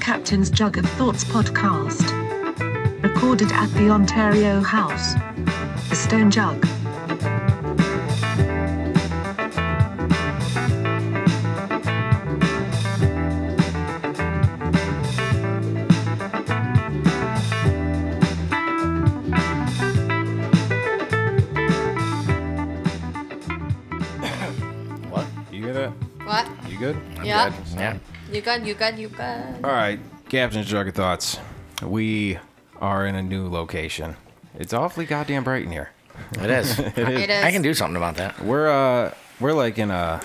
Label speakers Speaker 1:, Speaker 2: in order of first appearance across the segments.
Speaker 1: Captain's Jug of Thoughts podcast. Recorded at the Ontario House. The Stone Jug.
Speaker 2: What? You hear that?
Speaker 3: What?
Speaker 2: You good?
Speaker 3: Yeah.
Speaker 2: Yeah.
Speaker 3: You good, you good, you good.
Speaker 2: All right, Captain's Jug of Thoughts. We are in a new location. It's awfully goddamn bright in here.
Speaker 4: It is.
Speaker 3: It is.
Speaker 4: I can do something about that.
Speaker 2: We're uh, we're like in a,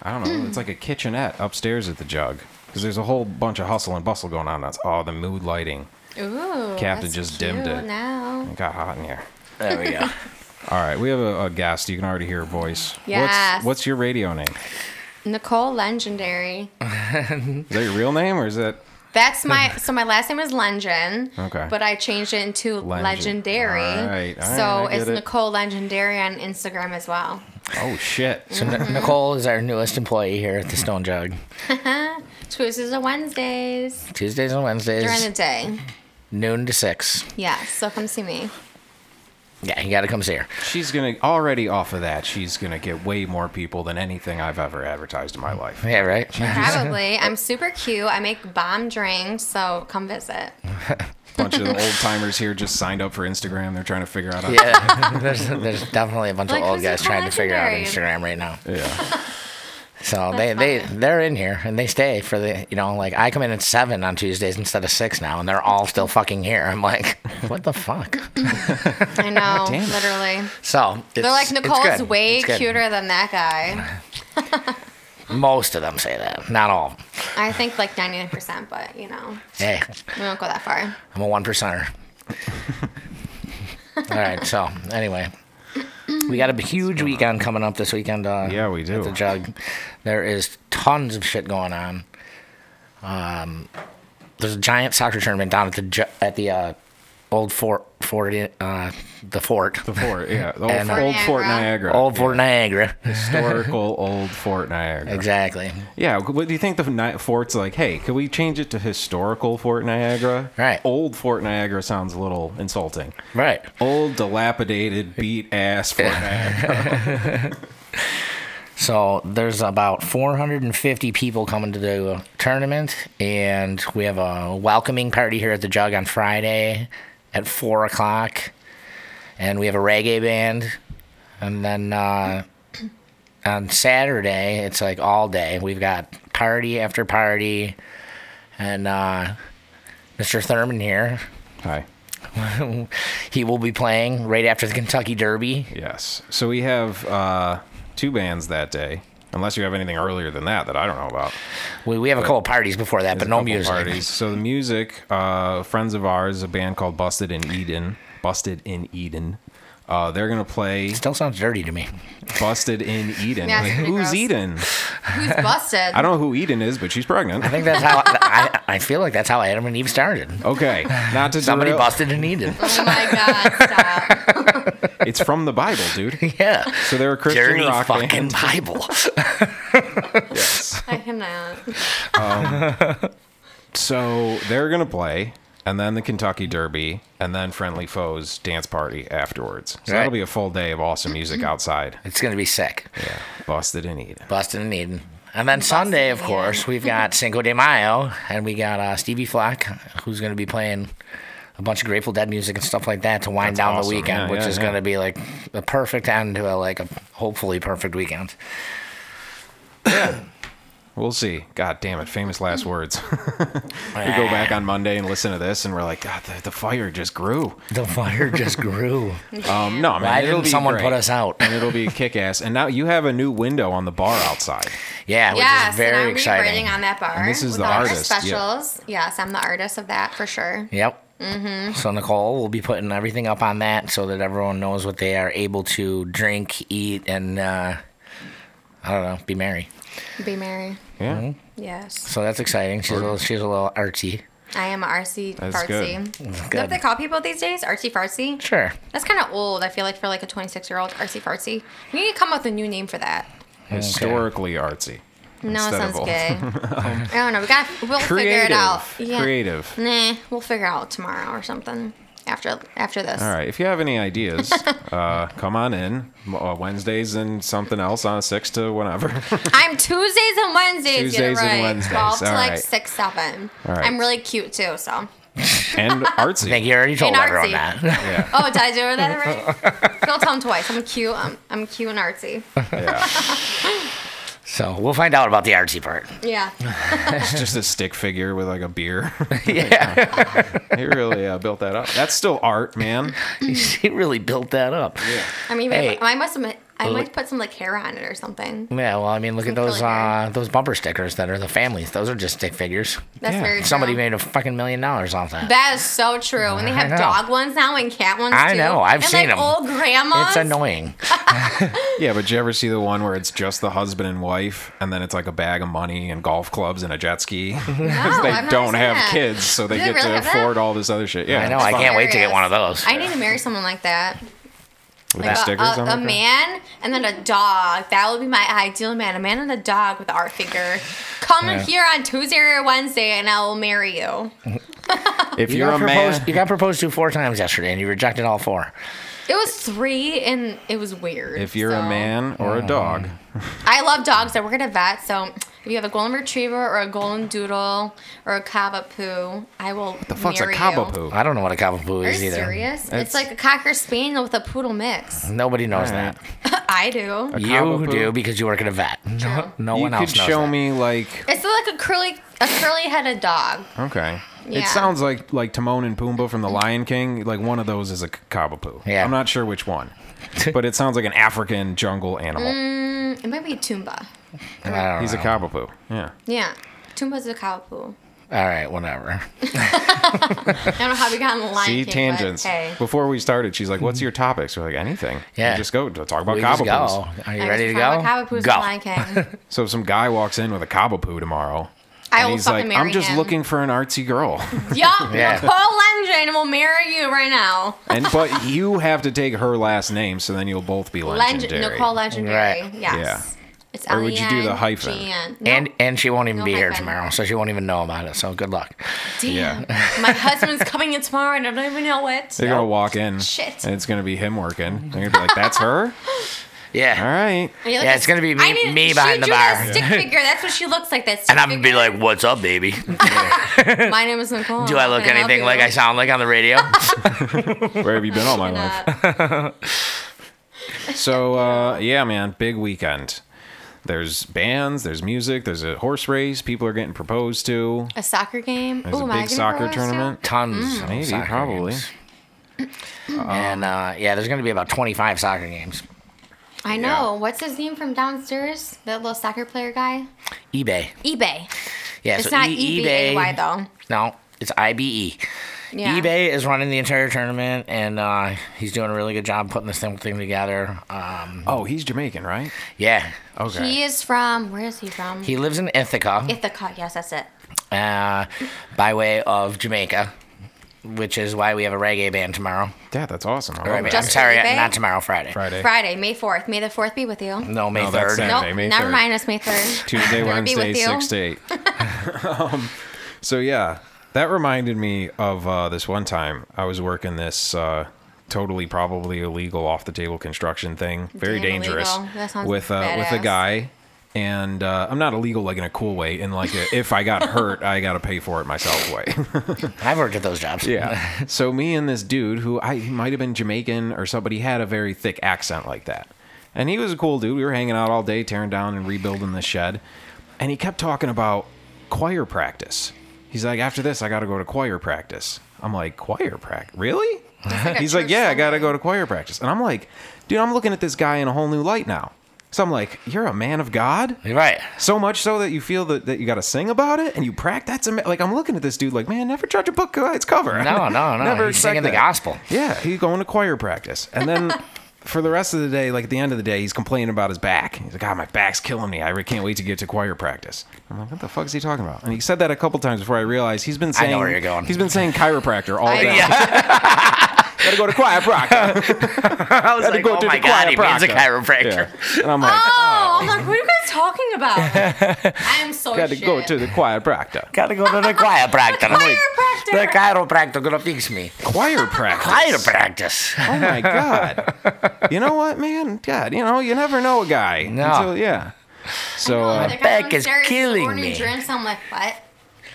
Speaker 2: I don't know, it's like a kitchenette upstairs at the Jug because there's a whole bunch of hustle and bustle going on. That's all the mood lighting.
Speaker 3: Ooh.
Speaker 2: Captain
Speaker 3: that's
Speaker 2: just dimmed
Speaker 3: cute
Speaker 2: it.
Speaker 3: Now.
Speaker 2: It got hot in here.
Speaker 4: There we go.
Speaker 2: All right, we have a, a guest. You can already hear her voice.
Speaker 3: Yes.
Speaker 2: What's, what's your radio name?
Speaker 3: Nicole Legendary.
Speaker 2: Is that your real name or is that?
Speaker 3: That's my so my last name is Lengen.
Speaker 2: Okay.
Speaker 3: But I changed it into
Speaker 2: Lengen.
Speaker 3: Legendary.
Speaker 2: All right, all
Speaker 3: so
Speaker 2: right, I
Speaker 3: it's
Speaker 2: get it.
Speaker 3: Nicole Legendary on Instagram as well.
Speaker 2: Oh shit!
Speaker 4: So N- Nicole is our newest employee here at the Stone Jug.
Speaker 3: Tuesdays and Wednesdays
Speaker 4: Tuesdays and
Speaker 3: during the
Speaker 4: Wednesdays,
Speaker 3: day.
Speaker 4: noon to six.
Speaker 3: Yes. So come see me.
Speaker 4: Yeah, you got to come see her.
Speaker 2: She's gonna already off of that. She's gonna get way more people than anything I've ever advertised in my life.
Speaker 4: Yeah, right.
Speaker 3: Probably. I'm super cute. I make bomb drinks, so come visit.
Speaker 2: bunch of old timers here just signed up for Instagram. They're trying to figure out. How
Speaker 4: yeah, there's, there's definitely a bunch
Speaker 3: Like,
Speaker 4: of old
Speaker 3: who's your
Speaker 4: guys trying to figure out
Speaker 3: legendary?
Speaker 4: Instagram right now.
Speaker 2: yeah.
Speaker 4: So they, they
Speaker 3: funny.
Speaker 4: they're in here and they stay for the you know like I come in at seven on Tuesdays instead of six now and they're all still fucking here. I'm like, what the fuck?
Speaker 3: I know,
Speaker 2: Damn.
Speaker 3: literally.
Speaker 4: So it's,
Speaker 3: They're like
Speaker 4: it's
Speaker 3: Nicole is
Speaker 4: good.
Speaker 3: way
Speaker 4: It's good.
Speaker 3: cuter than that guy.
Speaker 4: Most of them say that, not all.
Speaker 3: I think like 99%, but you know,
Speaker 4: Hey,
Speaker 3: we won't go that far.
Speaker 4: I'm a one percenter. All right. So anyway, we got a huge weekend coming up this weekend. Uh,
Speaker 2: Yeah, we do.
Speaker 4: At the jug, there is tons of shit going on. Um, there's a giant soccer tournament down at the ju- at the uh, old fort fort uh, the fort.
Speaker 2: The fort, yeah. The old,
Speaker 4: And, uh,
Speaker 2: old Fort
Speaker 3: Fort
Speaker 2: Niagara.
Speaker 3: Niagara.
Speaker 4: Old Fort Niagara.
Speaker 2: historical old Fort Niagara.
Speaker 4: Exactly.
Speaker 2: Yeah. What do you think the ni- fort's like? Hey, can we change it to historical Fort Niagara?
Speaker 4: Right.
Speaker 2: Old Fort Niagara sounds a little insulting.
Speaker 4: Right.
Speaker 2: Old, dilapidated, beat ass Fort Niagara.
Speaker 4: So there's about 450 people coming to the tournament, and we have a welcoming party here at the Jug on Friday at four o'clock, and we have a reggae band, and then uh, on Saturday it's like all day. We've got party after party, and uh, Mr. Thurman here.
Speaker 2: Hi.
Speaker 4: he will be playing right after the Kentucky Derby.
Speaker 2: Yes. So we have uh, two bands that day. Unless you have anything earlier than that that I don't know about.
Speaker 4: We, we have a couple parties before that, but
Speaker 2: There's a
Speaker 4: no
Speaker 2: couple
Speaker 4: music.
Speaker 2: Parties. So the music, uh, friends of ours, a band called Busted in Eden, Busted in Eden. Uh, they're gonna play
Speaker 4: Still sounds dirty to me.
Speaker 2: Busted in Eden.
Speaker 3: Yeah,
Speaker 2: Like,
Speaker 3: it's pretty
Speaker 2: who's
Speaker 3: gross.
Speaker 2: Eden?
Speaker 3: Who's busted?
Speaker 2: I don't know who Eden is, but she's pregnant.
Speaker 4: I think that's how I, I feel like that's how Adam and Eve started.
Speaker 2: Okay, not to
Speaker 4: Somebody
Speaker 2: derail-
Speaker 4: busted and Eden.
Speaker 3: Oh my God, stop.
Speaker 2: It's from the Bible, dude.
Speaker 4: Yeah.
Speaker 2: So they're a Christian
Speaker 4: Dirty
Speaker 2: rock
Speaker 4: fucking
Speaker 2: band.
Speaker 4: Bible.
Speaker 2: Yes.
Speaker 3: I cannot.
Speaker 2: So they're gonna play, and then the Kentucky Derby, and then Friendly Foes dance party afterwards. So
Speaker 4: Right.
Speaker 2: that'll be a full day of awesome music outside.
Speaker 4: It's gonna be sick.
Speaker 2: Yeah, busted in Eden.
Speaker 4: Busted and Eden. And then Sunday, of
Speaker 3: and
Speaker 4: course, we've got Cinco de Mayo, and we got uh, Stevie Flock, who's gonna be playing a bunch of Grateful Dead music and stuff like that to wind
Speaker 2: That's
Speaker 4: down
Speaker 2: awesome.
Speaker 4: the weekend,
Speaker 2: Yeah,
Speaker 4: which
Speaker 2: yeah,
Speaker 4: is
Speaker 2: yeah.
Speaker 4: gonna be like the perfect end to a like a hopefully perfect weekend.
Speaker 2: We'll see. God damn it. Famous last words. we go back on Monday and listen to this, and we're like, God, the, the fire just grew.
Speaker 4: The fire just grew.
Speaker 2: Um, no, I mean,
Speaker 4: Why
Speaker 2: it'll
Speaker 4: didn't
Speaker 2: be
Speaker 4: someone
Speaker 2: great.
Speaker 4: put us out?
Speaker 2: And it'll be kick ass. And now you have a new window on the bar outside.
Speaker 4: Yeah, which
Speaker 3: yes,
Speaker 4: is very
Speaker 3: and I'm
Speaker 4: exciting.
Speaker 3: rebranding on that bar.
Speaker 2: And this is
Speaker 3: with
Speaker 2: the
Speaker 3: all of our
Speaker 2: artist, yeah.
Speaker 3: specials. Yes, I'm the artist of that for sure.
Speaker 4: Yep. Mm-hmm. So Nicole will be putting everything up on that so that everyone knows what they are able to drink, eat, and uh, I don't know, be merry.
Speaker 3: Be merry.
Speaker 4: Mm-hmm.
Speaker 2: Yeah.
Speaker 3: Yes.
Speaker 4: So that's exciting. She's a little, she's a little artsy.
Speaker 3: I am a RC
Speaker 2: That's
Speaker 3: fartsy.
Speaker 2: good.
Speaker 3: Is that
Speaker 4: good.
Speaker 3: what they call people these days? RC fartsy?
Speaker 4: Sure.
Speaker 3: That's kind of old, I feel like, for like a 26 year old RC fartsy. You need to come up with a new name for that.
Speaker 2: Historically artsy.
Speaker 3: No, it
Speaker 2: instead of
Speaker 3: sounds
Speaker 2: old.
Speaker 3: gay. I don't know. We got. We'll figure
Speaker 2: Creative.
Speaker 3: it out.
Speaker 2: Creative.
Speaker 3: Nah, we'll figure out tomorrow or something after after this.
Speaker 2: All right. If you have any ideas, uh, come on in. M- Uh, Wednesdays and something else on six to whenever.
Speaker 3: I'm Tuesdays and Wednesdays. get it
Speaker 2: Tuesdays and
Speaker 3: right.
Speaker 2: Wednesdays,
Speaker 3: Twelve to
Speaker 2: all
Speaker 3: like
Speaker 2: right.
Speaker 3: six, seven.
Speaker 2: All right.
Speaker 3: I'm really cute too. So.
Speaker 2: and artsy.
Speaker 4: I think you already told
Speaker 3: And
Speaker 4: everyone
Speaker 3: artsy.
Speaker 4: that.
Speaker 2: Yeah.
Speaker 3: Oh, did I do that right? Don't tell him twice. I'm cute. I'm, I'm cute and artsy.
Speaker 2: yeah.
Speaker 4: So we'll find out about the artsy part.
Speaker 3: Yeah.
Speaker 2: It's just a stick figure with like a beer.
Speaker 4: Yeah,
Speaker 2: he really uh, built that up. That's still art, man.
Speaker 4: he really built that up. Yeah.
Speaker 3: I mean,
Speaker 4: Hey.
Speaker 3: I must have. I
Speaker 4: Well,
Speaker 3: might
Speaker 4: look-
Speaker 3: put some like hair on it or something.
Speaker 4: well, I mean, look at
Speaker 3: Some curly
Speaker 4: those
Speaker 3: hair.
Speaker 4: uh, those bumper stickers that are the families. Those are just stick figures.
Speaker 3: That's
Speaker 2: Yeah.
Speaker 3: very true.
Speaker 4: Somebody made a fucking million dollars off that.
Speaker 3: That is so true. And they
Speaker 4: I
Speaker 3: have
Speaker 4: know.
Speaker 3: dog ones now and cat ones
Speaker 4: I
Speaker 3: too.
Speaker 4: know, I've
Speaker 3: and,
Speaker 4: seen
Speaker 3: like,
Speaker 4: 'em.
Speaker 3: Old grandmas.
Speaker 4: It's annoying.
Speaker 2: Yeah, but you ever see the one where it's just the husband and wife, and then it's like a bag of money and golf clubs and a jet ski?
Speaker 3: No,
Speaker 2: they
Speaker 3: I've never
Speaker 2: don't
Speaker 3: seen
Speaker 2: have
Speaker 3: that.
Speaker 2: kids, so they
Speaker 3: Do
Speaker 2: get
Speaker 3: really
Speaker 2: to
Speaker 3: have that?
Speaker 2: afford all this other shit. Yeah,
Speaker 4: I know.
Speaker 2: it's
Speaker 4: I
Speaker 2: fine.
Speaker 4: can't wait to get
Speaker 3: Hilarious.
Speaker 4: one of those.
Speaker 3: I need to marry someone like that.
Speaker 2: With
Speaker 3: Like
Speaker 2: the
Speaker 3: a,
Speaker 2: stickers
Speaker 3: a,
Speaker 2: on
Speaker 3: a
Speaker 2: it?
Speaker 3: man and then a dog. That would be my ideal man. A man and a dog with art figure. Come
Speaker 4: Yeah.
Speaker 3: here on Tuesday or Wednesday, and I will marry you.
Speaker 2: If
Speaker 4: You
Speaker 2: you are
Speaker 4: got
Speaker 2: a
Speaker 4: proposed,
Speaker 2: man,
Speaker 4: you got proposed to four times yesterday, and you rejected all four.
Speaker 3: It was three, and it was weird.
Speaker 2: if you're
Speaker 3: so.
Speaker 2: a man or a dog,
Speaker 3: I love dogs. I work at a vet, so if you have a golden retriever or a golden doodle or a cavapoo, I will
Speaker 2: the fuck's a
Speaker 3: marry you.
Speaker 2: cavapoo?
Speaker 4: I don't know what a cockapoo
Speaker 3: Are
Speaker 4: is
Speaker 3: you
Speaker 4: either.
Speaker 3: serious? It's,
Speaker 2: It's-
Speaker 3: like a cocker spaniel with a poodle mix.
Speaker 4: Nobody knows
Speaker 2: Alright.
Speaker 4: that.
Speaker 3: I do.
Speaker 2: A
Speaker 4: You
Speaker 2: cockapoo?
Speaker 4: do because you work at a vet. No, no
Speaker 2: You
Speaker 4: one else
Speaker 2: could
Speaker 4: knows.
Speaker 2: show
Speaker 4: that.
Speaker 2: me like
Speaker 3: It's like a curly a curly headed dog.
Speaker 2: okay.
Speaker 3: Yeah.
Speaker 2: It sounds like like Timon and Pumbaa from The Lion King. Like one of those is a c- cockapoo.
Speaker 4: Yeah.
Speaker 2: I'm not sure which one, but it sounds like an African jungle animal.
Speaker 3: Mm. It might be a Toomba.
Speaker 4: I don't
Speaker 2: He's a
Speaker 4: know.
Speaker 2: cockapoo. Yeah.
Speaker 3: Yeah. Toomba's a cavapoo.
Speaker 4: All right, whatever.
Speaker 3: I don't know how we got in the line.
Speaker 2: See tangents.
Speaker 3: Hey.
Speaker 2: Before we started, she's like, "What's your topics?" We're like, "Anything." We
Speaker 4: Hmm. Yeah.
Speaker 2: just go to talk about
Speaker 4: We just
Speaker 2: cockapoo.
Speaker 4: go. Are you
Speaker 3: I
Speaker 4: ready to
Speaker 3: was
Speaker 4: go?
Speaker 3: talking about Cavapoo's
Speaker 4: go.
Speaker 3: in Lion King.
Speaker 2: So if some guy walks in with a cockapoo tomorrow.
Speaker 3: I
Speaker 2: and
Speaker 3: will
Speaker 2: he's
Speaker 3: fucking
Speaker 2: like,
Speaker 3: marry
Speaker 2: I'm just
Speaker 3: him.
Speaker 2: looking for an artsy girl,
Speaker 3: yup.
Speaker 4: Yeah.
Speaker 3: Nicole Lendron will marry you right now.
Speaker 2: and but you have to take her last name, so then you'll both be
Speaker 3: Legend,
Speaker 2: legendary.
Speaker 3: Nicole Legendary.
Speaker 4: Right.
Speaker 3: Yes. It's
Speaker 2: Or would you do the hyphen?
Speaker 3: L-E-N-G-N. No.
Speaker 4: And and she won't even
Speaker 3: No
Speaker 4: be here
Speaker 3: hyphen.
Speaker 4: tomorrow, so she won't even know about it. So good luck.
Speaker 3: Damn.
Speaker 2: Yeah.
Speaker 3: My husband's coming in tomorrow and I don't even know it.
Speaker 2: They're gonna walk in,
Speaker 3: Shit.
Speaker 2: and it's gonna be him working. They're gonna be like, "That's her." All
Speaker 4: Yeah.
Speaker 2: right.
Speaker 3: And you're
Speaker 4: Yeah, it's gonna be me-
Speaker 3: I need-
Speaker 4: me
Speaker 3: she
Speaker 4: behind the
Speaker 3: drew
Speaker 4: bar.
Speaker 3: that Stick figure. That's what she looks like. That stick
Speaker 4: And I'm gonna be
Speaker 3: figure.
Speaker 4: like, "What's up, baby?
Speaker 3: my name is Nicole.
Speaker 4: Do I look
Speaker 3: Can help
Speaker 4: anything
Speaker 3: you?"
Speaker 4: like I sound like on the radio?"
Speaker 2: Where have you been all my
Speaker 3: And,
Speaker 2: life?
Speaker 3: uh,
Speaker 2: So uh, yeah, man, big weekend. There's bands, there's music, there's a horse race. People are getting proposed to.
Speaker 3: a soccer game.
Speaker 2: There's
Speaker 3: Ooh,
Speaker 2: a
Speaker 3: am I
Speaker 2: big
Speaker 3: gonna
Speaker 2: soccer
Speaker 3: propose to?
Speaker 2: tournament.
Speaker 4: Tons. of
Speaker 2: Mm. Maybe,
Speaker 4: soccer
Speaker 2: probably.
Speaker 4: games. and uh, yeah, there's gonna be about 25 soccer games.
Speaker 3: I know. What's his name from downstairs? That little soccer player guy.
Speaker 4: eBay.
Speaker 3: eBay.
Speaker 4: Yeah,
Speaker 3: It's
Speaker 4: so
Speaker 3: not
Speaker 4: e-
Speaker 3: eBay.
Speaker 4: eBay.
Speaker 3: though.
Speaker 4: No, it's E. IBE.
Speaker 3: Yeah.
Speaker 4: eBay is running the entire tournament, and uh, he's doing a really good job putting this thing, thing together. Um,
Speaker 2: Oh, he's Jamaican, right?
Speaker 4: yeah,
Speaker 2: Okay.
Speaker 3: He is from. Where is he from?
Speaker 4: he lives in Ithaca,
Speaker 3: Ithaca. Yes, that's it.
Speaker 4: uh, by way of Jamaica, which is why we have a reggae band tomorrow.
Speaker 2: yeah, that's awesome.
Speaker 4: Or,
Speaker 2: I
Speaker 4: I
Speaker 2: love
Speaker 4: mean,
Speaker 2: that.
Speaker 4: I'm
Speaker 3: Just
Speaker 4: sorry,
Speaker 3: eBay?
Speaker 4: not tomorrow, Friday.
Speaker 2: Friday.
Speaker 3: Friday, May fourth. May the fourth be with you.
Speaker 4: No, May
Speaker 2: No, that's
Speaker 4: third.
Speaker 2: Saturday.
Speaker 3: Nope.
Speaker 2: May
Speaker 3: never
Speaker 2: 3rd.
Speaker 3: mind. It's May third.
Speaker 2: Tuesday,
Speaker 3: Gonna be
Speaker 2: Wednesday,
Speaker 3: with you.
Speaker 2: six to eight. um, so yeah, that reminded me of uh, this one time I was working this uh, totally probably illegal off the table construction thing, very
Speaker 3: Damn
Speaker 2: dangerous
Speaker 3: illegal. That sounds
Speaker 2: with uh, with a
Speaker 3: badass.
Speaker 2: guy. And uh, I'm not illegal like in a cool way, in like a, if I got hurt, I got to pay for it myself way.
Speaker 4: I've worked at those jobs.
Speaker 2: Yeah. so me and this dude who I he might have been Jamaican or somebody had a very thick accent like that. And he was a cool dude. We were hanging out all day tearing down and rebuilding the shed. And he kept talking about choir practice. He's like, after this, I got to go to choir practice. I'm like, choir practice? Really?
Speaker 3: like a
Speaker 2: He's like,
Speaker 3: church
Speaker 2: yeah, I
Speaker 3: song,
Speaker 2: got to
Speaker 3: right?
Speaker 2: go to choir practice. And I'm like, dude, I'm looking at this guy in a whole new light now. So I'm like, you're a man of God?
Speaker 4: You're right.
Speaker 2: So much so that you feel that, that you got to sing about it and you practice. That's ama- like I'm looking at this dude like, man, never judge a book by its cover.
Speaker 4: No, no, no.
Speaker 2: never
Speaker 4: he's
Speaker 2: expect
Speaker 4: singing the
Speaker 2: that.
Speaker 4: gospel.
Speaker 2: Yeah, he's going to choir practice, and then for the rest of the day, like at the end of the day, he's complaining about his back. He's like, God, my back's killing me. I really can't wait to get to choir practice. I'm like, what the fuck is he talking about? And he said that a couple times before I realized he's
Speaker 4: I
Speaker 2: been
Speaker 4: know
Speaker 2: saying
Speaker 4: where you're going.
Speaker 2: He's been saying chiropractor all
Speaker 3: I-
Speaker 2: day. Gotta go to choir practice.
Speaker 4: I was
Speaker 2: Gotta
Speaker 4: like,
Speaker 2: go
Speaker 4: oh
Speaker 2: to
Speaker 4: my
Speaker 2: the
Speaker 4: god, he means a
Speaker 2: chiropractor."
Speaker 4: chiropractor.
Speaker 2: Yeah. And I'm like,
Speaker 3: Oh, I'm like, what are you guys talking about? I am so
Speaker 2: Got to
Speaker 3: shit.
Speaker 2: go to the quiet practice.
Speaker 4: Gotta go to the chiropractor.
Speaker 3: Chiropractor.
Speaker 4: The chiropractor gonna fix me.
Speaker 2: Choir practice.
Speaker 4: Chiropractor.
Speaker 2: Oh my god. You know what, man? God, you know, you never know a guy.
Speaker 4: No.
Speaker 2: Until, yeah. So
Speaker 3: Oh,
Speaker 2: uh,
Speaker 3: they're coming
Speaker 4: back is
Speaker 3: downstairs
Speaker 4: killing
Speaker 3: ordering
Speaker 4: me.
Speaker 3: Drinks. I'm like, what?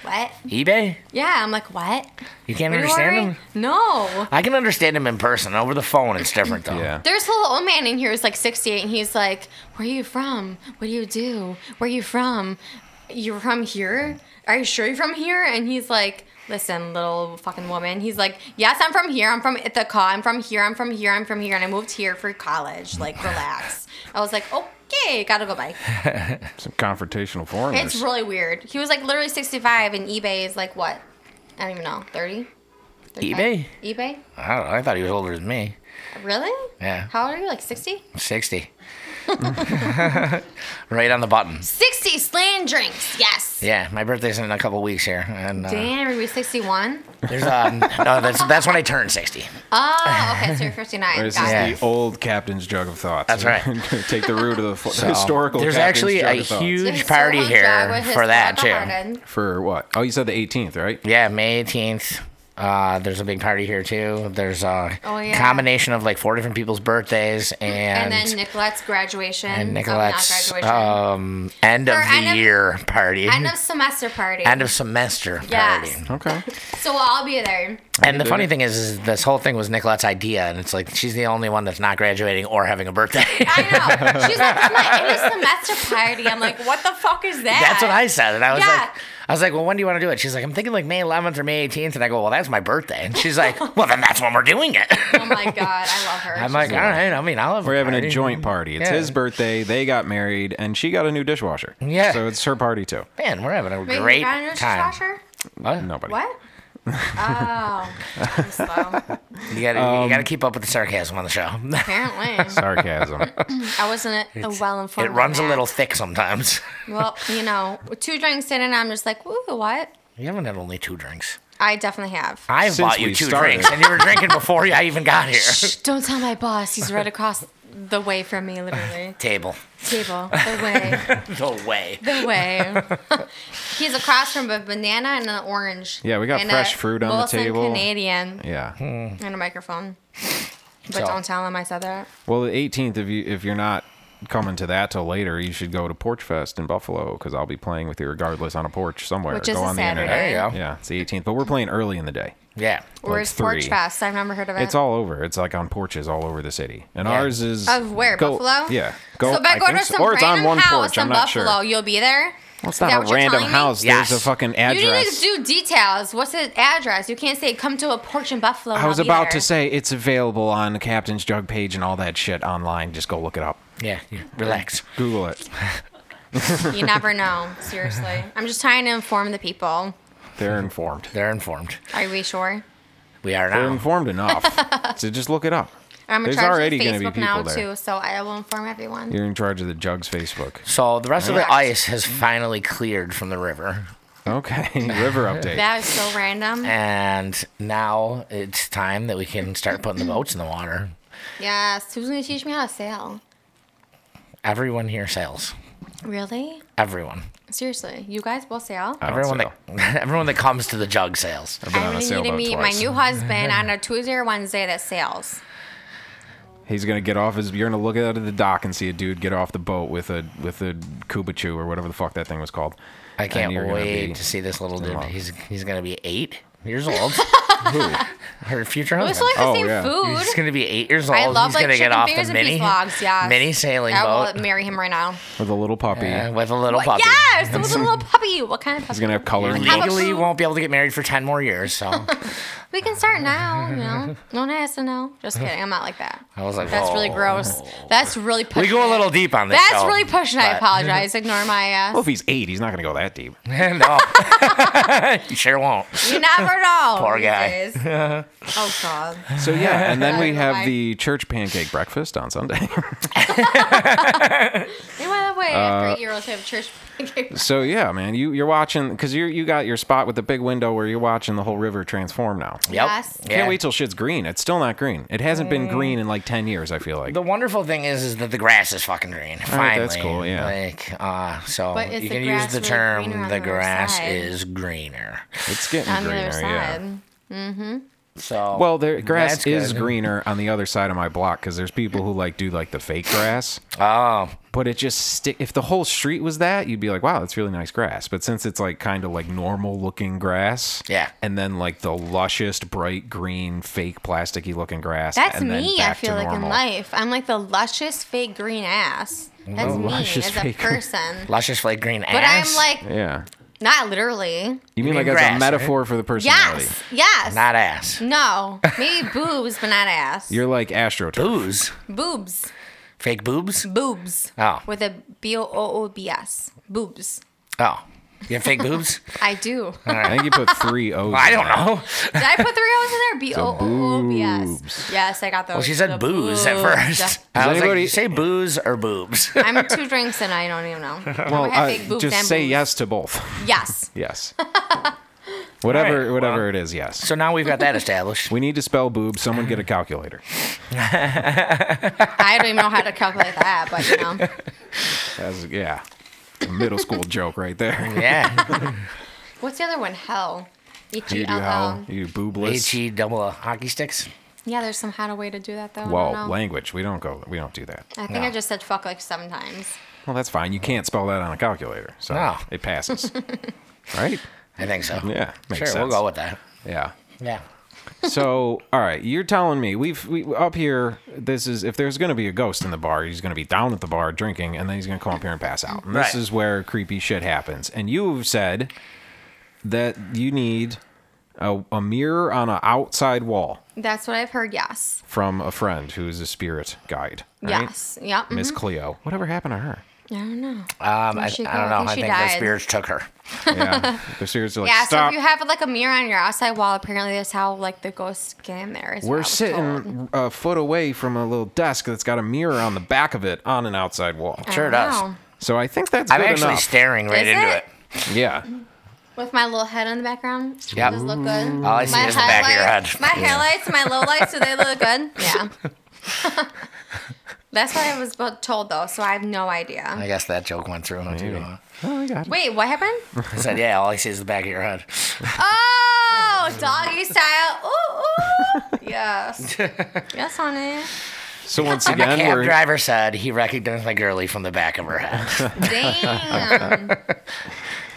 Speaker 3: What?
Speaker 4: eBay?
Speaker 3: Yeah, I'm like, what?
Speaker 4: You can't
Speaker 3: What are you
Speaker 4: understand
Speaker 3: ordering?
Speaker 4: him?
Speaker 3: No.
Speaker 4: I can understand him in person. Over the phone, it's different though.
Speaker 2: yeah.
Speaker 3: There's a little old man in here who's like 68, and he's like, Where are you from? What do you do? Where are you from? You're from here? Are you sure you're from here? And he's like, Listen, little fucking woman. He's like, Yes, I'm from here. I'm from Ithaca. I'm from here. I'm from here. I'm from here. And I moved here for college. Like, relax. I was like, Okay, gotta go bye.
Speaker 2: Some confrontational foreigners.
Speaker 3: It's really weird. He was like literally 65, and eBay is like what? I don't even know. 30?
Speaker 4: eBay?
Speaker 3: eBay?
Speaker 4: I don't know. I thought he was older than me.
Speaker 3: Really?
Speaker 4: Yeah.
Speaker 3: How old are you? Like 60?
Speaker 4: 60. right on the button.
Speaker 3: 60 slam drinks. Yes.
Speaker 4: Yeah, my birthday's in a couple weeks here. And, uh,
Speaker 3: Damn, are we 61?
Speaker 4: There's um, no, that's that's when I turned 60.
Speaker 3: Oh, okay, so you're 59.
Speaker 2: this
Speaker 3: Got
Speaker 2: is
Speaker 3: it.
Speaker 4: Yeah.
Speaker 2: the old captain's jug of thoughts.
Speaker 4: That's right.
Speaker 2: Take the root of the, fo- historical.
Speaker 4: There's
Speaker 2: captain's
Speaker 4: actually
Speaker 2: jug
Speaker 4: a
Speaker 2: of thoughts.
Speaker 4: huge
Speaker 3: Just
Speaker 4: party
Speaker 3: someone drag
Speaker 4: here
Speaker 3: with his
Speaker 4: for that
Speaker 3: dog
Speaker 4: too.
Speaker 3: on.
Speaker 2: for what? Oh, you said the 18th, right?
Speaker 4: Yeah, May 18th. Uh, there's a big party here too. There's a
Speaker 3: Oh, yeah.
Speaker 4: combination of like four different people's birthdays and
Speaker 3: And then Nicolette's graduation.
Speaker 4: and
Speaker 3: Oh, not
Speaker 4: Nicolette's
Speaker 3: graduation.
Speaker 4: um, end of
Speaker 3: Or
Speaker 4: the
Speaker 3: end of-
Speaker 4: year party,
Speaker 3: End of semester party.
Speaker 4: End of semester
Speaker 3: Yes.
Speaker 4: party.
Speaker 2: Okay.
Speaker 3: so we'll all be there.
Speaker 4: And the
Speaker 2: do
Speaker 4: funny
Speaker 2: it.
Speaker 4: thing is, is, this whole thing was Nicolette's idea, and it's like she's the only one that's not graduating or having a birthday.
Speaker 3: I know. She's like, it's my end of semester party. I'm like, what the fuck is that?
Speaker 4: That's what I said, and I was
Speaker 3: Yeah.
Speaker 4: like, I was like, well, when do you want to do it? She's like, I'm thinking like May 11th or May 18th, and I go, well, that's my birthday, and she's like, well, then that's when we're doing it.
Speaker 3: Oh my god, I love her.
Speaker 4: I'm like, all right, I mean, I'll have.
Speaker 2: We're having a
Speaker 4: party."
Speaker 2: joint party. It's
Speaker 4: Yeah.
Speaker 2: his birthday. They got married, and she got a new dishwasher.
Speaker 4: Yeah.
Speaker 2: So it's her party too.
Speaker 4: Man, we're having a
Speaker 3: Wait, you
Speaker 4: great
Speaker 3: got a
Speaker 4: time.
Speaker 3: dishwasher?
Speaker 4: What?
Speaker 2: Nobody.
Speaker 3: What? Oh, I'm slow.
Speaker 4: You gotta,
Speaker 2: Um,
Speaker 4: you gotta keep up with the sarcasm on the show.
Speaker 3: Apparently,
Speaker 2: Sarcasm.
Speaker 3: I wasn't a well informed.
Speaker 4: it runs a little thick sometimes.
Speaker 3: Well, you know, two drinks in, and I'm just like, ooh, what?
Speaker 4: You haven't had only two drinks.
Speaker 3: I definitely have.
Speaker 4: I
Speaker 2: Since
Speaker 4: bought you
Speaker 2: we
Speaker 4: two
Speaker 2: started.
Speaker 4: drinks, and you were drinking before I even got here.
Speaker 3: Shh, don't tell my boss. He's right across the way from me, literally.
Speaker 4: Table,
Speaker 3: Table, the way,
Speaker 4: no way.
Speaker 3: the way. He's across from a banana and an orange.
Speaker 2: Yeah, we got
Speaker 3: and
Speaker 2: fresh
Speaker 3: a
Speaker 2: fruit on the
Speaker 3: Wilson
Speaker 2: table.
Speaker 3: Canadian
Speaker 2: Yeah.
Speaker 3: and a microphone. But
Speaker 4: So-
Speaker 3: don't tell him I said that.
Speaker 2: Well, the 18th, if you if you're not coming to that till later, you should go to Porch Fest in Buffalo because I'll be playing with you regardless on a porch somewhere.
Speaker 3: Which is
Speaker 2: go
Speaker 3: a
Speaker 2: on the
Speaker 4: There
Speaker 2: internet.
Speaker 3: Saturday.
Speaker 4: you go.
Speaker 2: Yeah, it's the 18th, but we're playing early in the day.
Speaker 4: Yeah.
Speaker 3: Where's
Speaker 2: three.
Speaker 3: Porch Fest? I've never heard of it.
Speaker 2: It's all over. It's like on porches all over the city, and
Speaker 4: Yeah.
Speaker 2: ours is
Speaker 3: Of where?
Speaker 2: go-
Speaker 3: Buffalo?
Speaker 2: Yeah,
Speaker 3: so by
Speaker 2: I
Speaker 3: going to
Speaker 2: think so.
Speaker 3: some
Speaker 2: or it's
Speaker 3: random
Speaker 2: on one
Speaker 3: house
Speaker 2: porch.
Speaker 3: in
Speaker 2: I'm not
Speaker 3: Buffalo,
Speaker 2: sure.
Speaker 3: you'll be there.
Speaker 2: Well, it's
Speaker 3: Is that
Speaker 2: not
Speaker 3: what
Speaker 2: a
Speaker 3: you're
Speaker 2: random
Speaker 3: telling me?
Speaker 2: house.
Speaker 4: Yes.
Speaker 2: There's a fucking
Speaker 3: You need to
Speaker 2: address.
Speaker 3: do details. What's the address? You can't say come to a porch in Buffalo. and
Speaker 2: I was
Speaker 3: I'll be
Speaker 2: about
Speaker 3: there."
Speaker 2: to say it's available on the Captain's Jug page and all that shit online. Just go look it up.
Speaker 4: Yeah. yeah. Relax.
Speaker 2: Google it.
Speaker 3: You never know. Seriously, I'm just trying to inform the people.
Speaker 2: They're informed.
Speaker 4: They're informed.
Speaker 3: Are we sure?
Speaker 4: We are
Speaker 2: They're
Speaker 4: now.
Speaker 2: informed enough. so just look it up.
Speaker 3: I'm in
Speaker 2: There's
Speaker 3: charge
Speaker 2: already
Speaker 3: of
Speaker 2: gonna be
Speaker 3: Facebook now
Speaker 2: people there.
Speaker 3: too, so I will inform everyone.
Speaker 2: You're in charge of the Jug's Facebook.
Speaker 4: So the rest of the
Speaker 3: Correct.
Speaker 4: ice has finally cleared from the river,
Speaker 2: Okay. River update.
Speaker 3: That is so random.
Speaker 2: Eh.
Speaker 4: and now it's time that we can start putting the boats in the water.
Speaker 3: Yes. Who's gonna teach me how to sail?
Speaker 4: Everyone here sails.
Speaker 3: Really?
Speaker 4: Everyone.
Speaker 3: Seriously, you guys will sail?
Speaker 2: I don't
Speaker 4: Everyone
Speaker 2: sail.
Speaker 4: that everyone that comes to the jug sails.
Speaker 2: I've been
Speaker 3: I
Speaker 2: on a
Speaker 3: really need to
Speaker 2: sailboat
Speaker 3: meet
Speaker 2: twice.
Speaker 3: my new husband on a Tuesday or Wednesday that sails.
Speaker 2: He's gonna get off his. You're gonna look out of the dock and see a dude get off the boat with a with a kubachu or whatever the fuck that thing was called.
Speaker 4: I
Speaker 2: And
Speaker 4: can't
Speaker 2: you're gonna
Speaker 4: wait
Speaker 2: be-
Speaker 4: to see this little dude.
Speaker 2: love.
Speaker 4: He's he's gonna be eight years old.
Speaker 2: Who?
Speaker 4: Her future
Speaker 3: It's
Speaker 4: husband.
Speaker 3: like the
Speaker 2: Oh,
Speaker 3: same
Speaker 2: yeah.
Speaker 4: He's
Speaker 3: food.
Speaker 4: gonna be eight years old.
Speaker 3: I love
Speaker 4: he's
Speaker 3: like
Speaker 4: gonna
Speaker 3: chicken
Speaker 4: get off
Speaker 3: fingers
Speaker 4: the
Speaker 3: and
Speaker 4: mini
Speaker 3: peace logs. Yeah.
Speaker 4: mini sailing
Speaker 3: I
Speaker 4: boat
Speaker 3: will marry him right now.
Speaker 2: With a little puppy.
Speaker 4: uh, with a little puppy.
Speaker 3: Yes, it was a little puppy. What kind of
Speaker 2: He's
Speaker 3: puppy?
Speaker 2: gonna have coloring books.
Speaker 4: Legally won't be able to get married for ten more years. So I
Speaker 3: We can start now, you know. No one has to know. Just kidding. I'm not like that.
Speaker 4: was like,
Speaker 3: That's
Speaker 2: oh.
Speaker 3: really
Speaker 4: "Whoa."
Speaker 3: gross. That's really pushing.
Speaker 4: We go a
Speaker 3: it.
Speaker 4: little deep on this.
Speaker 3: That's
Speaker 4: show,
Speaker 3: really pushing. I
Speaker 4: but-
Speaker 3: apologize. Ignore my uh,
Speaker 2: Well,
Speaker 3: ass.
Speaker 2: if he's eight, he's not gonna go that deep.
Speaker 4: no, you sure won't.
Speaker 3: You never know.
Speaker 4: Poor
Speaker 3: these
Speaker 4: guy.
Speaker 3: days. oh God.
Speaker 2: So yeah, and then we
Speaker 3: Sorry,
Speaker 2: have
Speaker 3: bye-bye.
Speaker 2: the church pancake breakfast on Sunday.
Speaker 3: And by the way, after
Speaker 2: Uh,
Speaker 3: eight year olds have church.
Speaker 2: so yeah, man, you you're watching because you you got your spot with the big window where you're watching the whole river transform now.
Speaker 4: Yep.
Speaker 3: Yes.
Speaker 4: Yeah.
Speaker 2: Can't wait till shit's green. It's still not green. It hasn't
Speaker 3: Mm.
Speaker 2: been green in like ten years. I feel like.
Speaker 4: The wonderful thing is, is that the grass is fucking green. Finally,
Speaker 2: right, that's cool, yeah.
Speaker 4: Like, uh, so
Speaker 3: But is
Speaker 4: you
Speaker 3: the
Speaker 4: can use
Speaker 3: grass
Speaker 4: the
Speaker 3: really
Speaker 4: term
Speaker 3: greener on
Speaker 4: "the
Speaker 3: the other
Speaker 4: grass
Speaker 3: side?
Speaker 4: is greener."
Speaker 2: it's getting
Speaker 3: on the
Speaker 2: greener.
Speaker 3: other side.
Speaker 2: Yeah.
Speaker 4: So,
Speaker 2: Well, the
Speaker 4: that's
Speaker 2: grass is
Speaker 4: good.
Speaker 2: greener on the other side of my block because there's people who like do like the fake grass.
Speaker 4: Oh,
Speaker 2: But it just stick. If the whole street was that, you'd be like, "Wow, that's really nice grass." But since it's like kind of like normal looking grass,
Speaker 4: Yeah.
Speaker 2: and then like the lushest, bright green, fake plasticky looking grass.
Speaker 3: That's
Speaker 2: and then
Speaker 3: me. I
Speaker 2: back to
Speaker 3: feel like in
Speaker 2: normal.
Speaker 3: life, I'm like the luscious fake green ass. That's me
Speaker 2: luscious
Speaker 3: as a
Speaker 2: fake-
Speaker 3: person.
Speaker 4: luscious flake green
Speaker 3: But
Speaker 4: ass.
Speaker 3: I'm like
Speaker 2: Yeah,
Speaker 3: not literally.
Speaker 2: you mean
Speaker 4: mean
Speaker 2: like
Speaker 4: grass,
Speaker 2: as a
Speaker 4: right?
Speaker 2: metaphor for the personality?
Speaker 3: Yes. Yes.
Speaker 4: not ass.
Speaker 3: no. Maybe boobs, but not ass.
Speaker 2: You're like astroturf.
Speaker 4: Boobs,
Speaker 3: boobs.
Speaker 4: fake boobs.
Speaker 3: Boobs.
Speaker 4: Oh,
Speaker 3: With a B O O O B S. Boobs.
Speaker 4: oh, you have fake boobs.
Speaker 3: I do.
Speaker 2: I think you put three O's.
Speaker 4: I
Speaker 2: in
Speaker 4: don't
Speaker 2: there.
Speaker 4: know.
Speaker 3: Did I put three O's in there? B O O O B S.
Speaker 2: boobs.
Speaker 3: oh, Yes, I got those.
Speaker 4: Well, she
Speaker 3: The
Speaker 4: said booze at
Speaker 3: boobs.
Speaker 4: first. I was like,
Speaker 2: anybody-
Speaker 4: you say booze or boobs?
Speaker 3: I'm two drinks and I don't even know.
Speaker 2: Well,
Speaker 3: I have
Speaker 2: uh,
Speaker 3: big boobs
Speaker 2: just
Speaker 3: and
Speaker 2: say
Speaker 3: boobs.
Speaker 2: yes to both.
Speaker 3: Yes.
Speaker 2: Yes. whatever,
Speaker 4: All right,
Speaker 2: whatever it is. Yes.
Speaker 4: so now we've got that established.
Speaker 2: We need to spell boob. Someone get a calculator.
Speaker 3: I don't even know how to calculate that, but you know.
Speaker 2: That's yeah, a middle school joke right there.
Speaker 4: Yeah,
Speaker 3: What's the other one? Hell. H
Speaker 2: You
Speaker 3: E
Speaker 2: do
Speaker 3: L
Speaker 2: how
Speaker 3: L.
Speaker 2: you boobless.
Speaker 4: H E double uh, hockey sticks.
Speaker 3: Yeah, there's some how to way to do that though. I don't
Speaker 2: Whoa,
Speaker 3: know.
Speaker 2: language. We don't go. We don't do that.
Speaker 3: I think
Speaker 4: No.
Speaker 3: I just said fuck like sometimes.
Speaker 2: Well, that's fine. You can't spell that on a calculator, so
Speaker 4: No.
Speaker 2: it passes. right?
Speaker 4: I think so.
Speaker 2: Yeah, makes
Speaker 4: sure,
Speaker 2: sense.
Speaker 4: we'll go with that.
Speaker 2: Yeah.
Speaker 4: Yeah.
Speaker 2: So, all right, you're telling me we've we, up here. This is if there's going to be a ghost in the bar, he's going to be down at the bar drinking, and then he's going to come up here and pass out. And
Speaker 4: Right.
Speaker 2: this is where creepy shit happens. And you've said that you need a, a mirror on an outside wall
Speaker 3: That's what I've heard. Yes.
Speaker 2: from a friend who is a spirit guide. right?
Speaker 3: Yes. Yep.
Speaker 2: Miss
Speaker 3: mhm.
Speaker 2: Cleo. Whatever happened to her?
Speaker 3: I don't know.
Speaker 4: Um, I, I
Speaker 3: she
Speaker 4: don't know.
Speaker 3: go? I think
Speaker 4: I
Speaker 3: she
Speaker 4: think the
Speaker 3: died.
Speaker 4: spirits took her.
Speaker 2: Yeah, the spirits are like
Speaker 3: Yeah,
Speaker 2: stop.
Speaker 3: so if you have like a mirror on your outside wall, apparently that's how like the ghosts get in there. is what I
Speaker 2: We're
Speaker 3: was told.
Speaker 2: sitting a foot away from a little desk that's got a mirror on the back of it on an outside wall.
Speaker 3: I
Speaker 4: Sure
Speaker 3: don't
Speaker 4: does.
Speaker 3: know.
Speaker 2: So I think that's
Speaker 4: I'm
Speaker 2: good
Speaker 4: actually
Speaker 2: enough.
Speaker 4: staring right
Speaker 3: Is
Speaker 4: into
Speaker 3: it?
Speaker 4: it.
Speaker 2: yeah.
Speaker 3: With my little head in the background,
Speaker 4: Yep.
Speaker 3: does it look good?
Speaker 4: All Oh, I see is the back of your
Speaker 3: highlights-
Speaker 4: head.
Speaker 3: My highlights, my lowlights, do they look good? Yeah. That's what I was bo- told though, so I have no idea.
Speaker 4: I guess that joke went through. Too, huh?
Speaker 2: Oh, I got it.
Speaker 3: Wait, what happened?
Speaker 4: I said, yeah, all I see is the back of your head.
Speaker 3: Oh, doggy style. Ooh, ooh. Yes. Yes, honey.
Speaker 2: So once
Speaker 4: And the
Speaker 2: again,
Speaker 4: cab
Speaker 2: we're
Speaker 4: driver said he recognized my girly from the back of her head.
Speaker 3: Damn.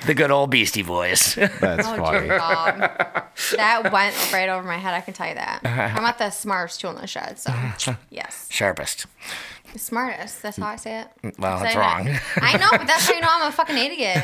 Speaker 4: the good old beastie boys.
Speaker 2: that's
Speaker 3: Oh,
Speaker 2: funny.
Speaker 3: Bob. That went right over my head. I can tell you that. I'm at the smartest tool in the shed, so yes,
Speaker 4: Sharpest.
Speaker 3: smartest. That's how I say it.
Speaker 4: Mm, Well,
Speaker 3: Say
Speaker 4: that's
Speaker 3: it.
Speaker 4: wrong.
Speaker 3: I know, but that's how you know I'm a fucking idiot.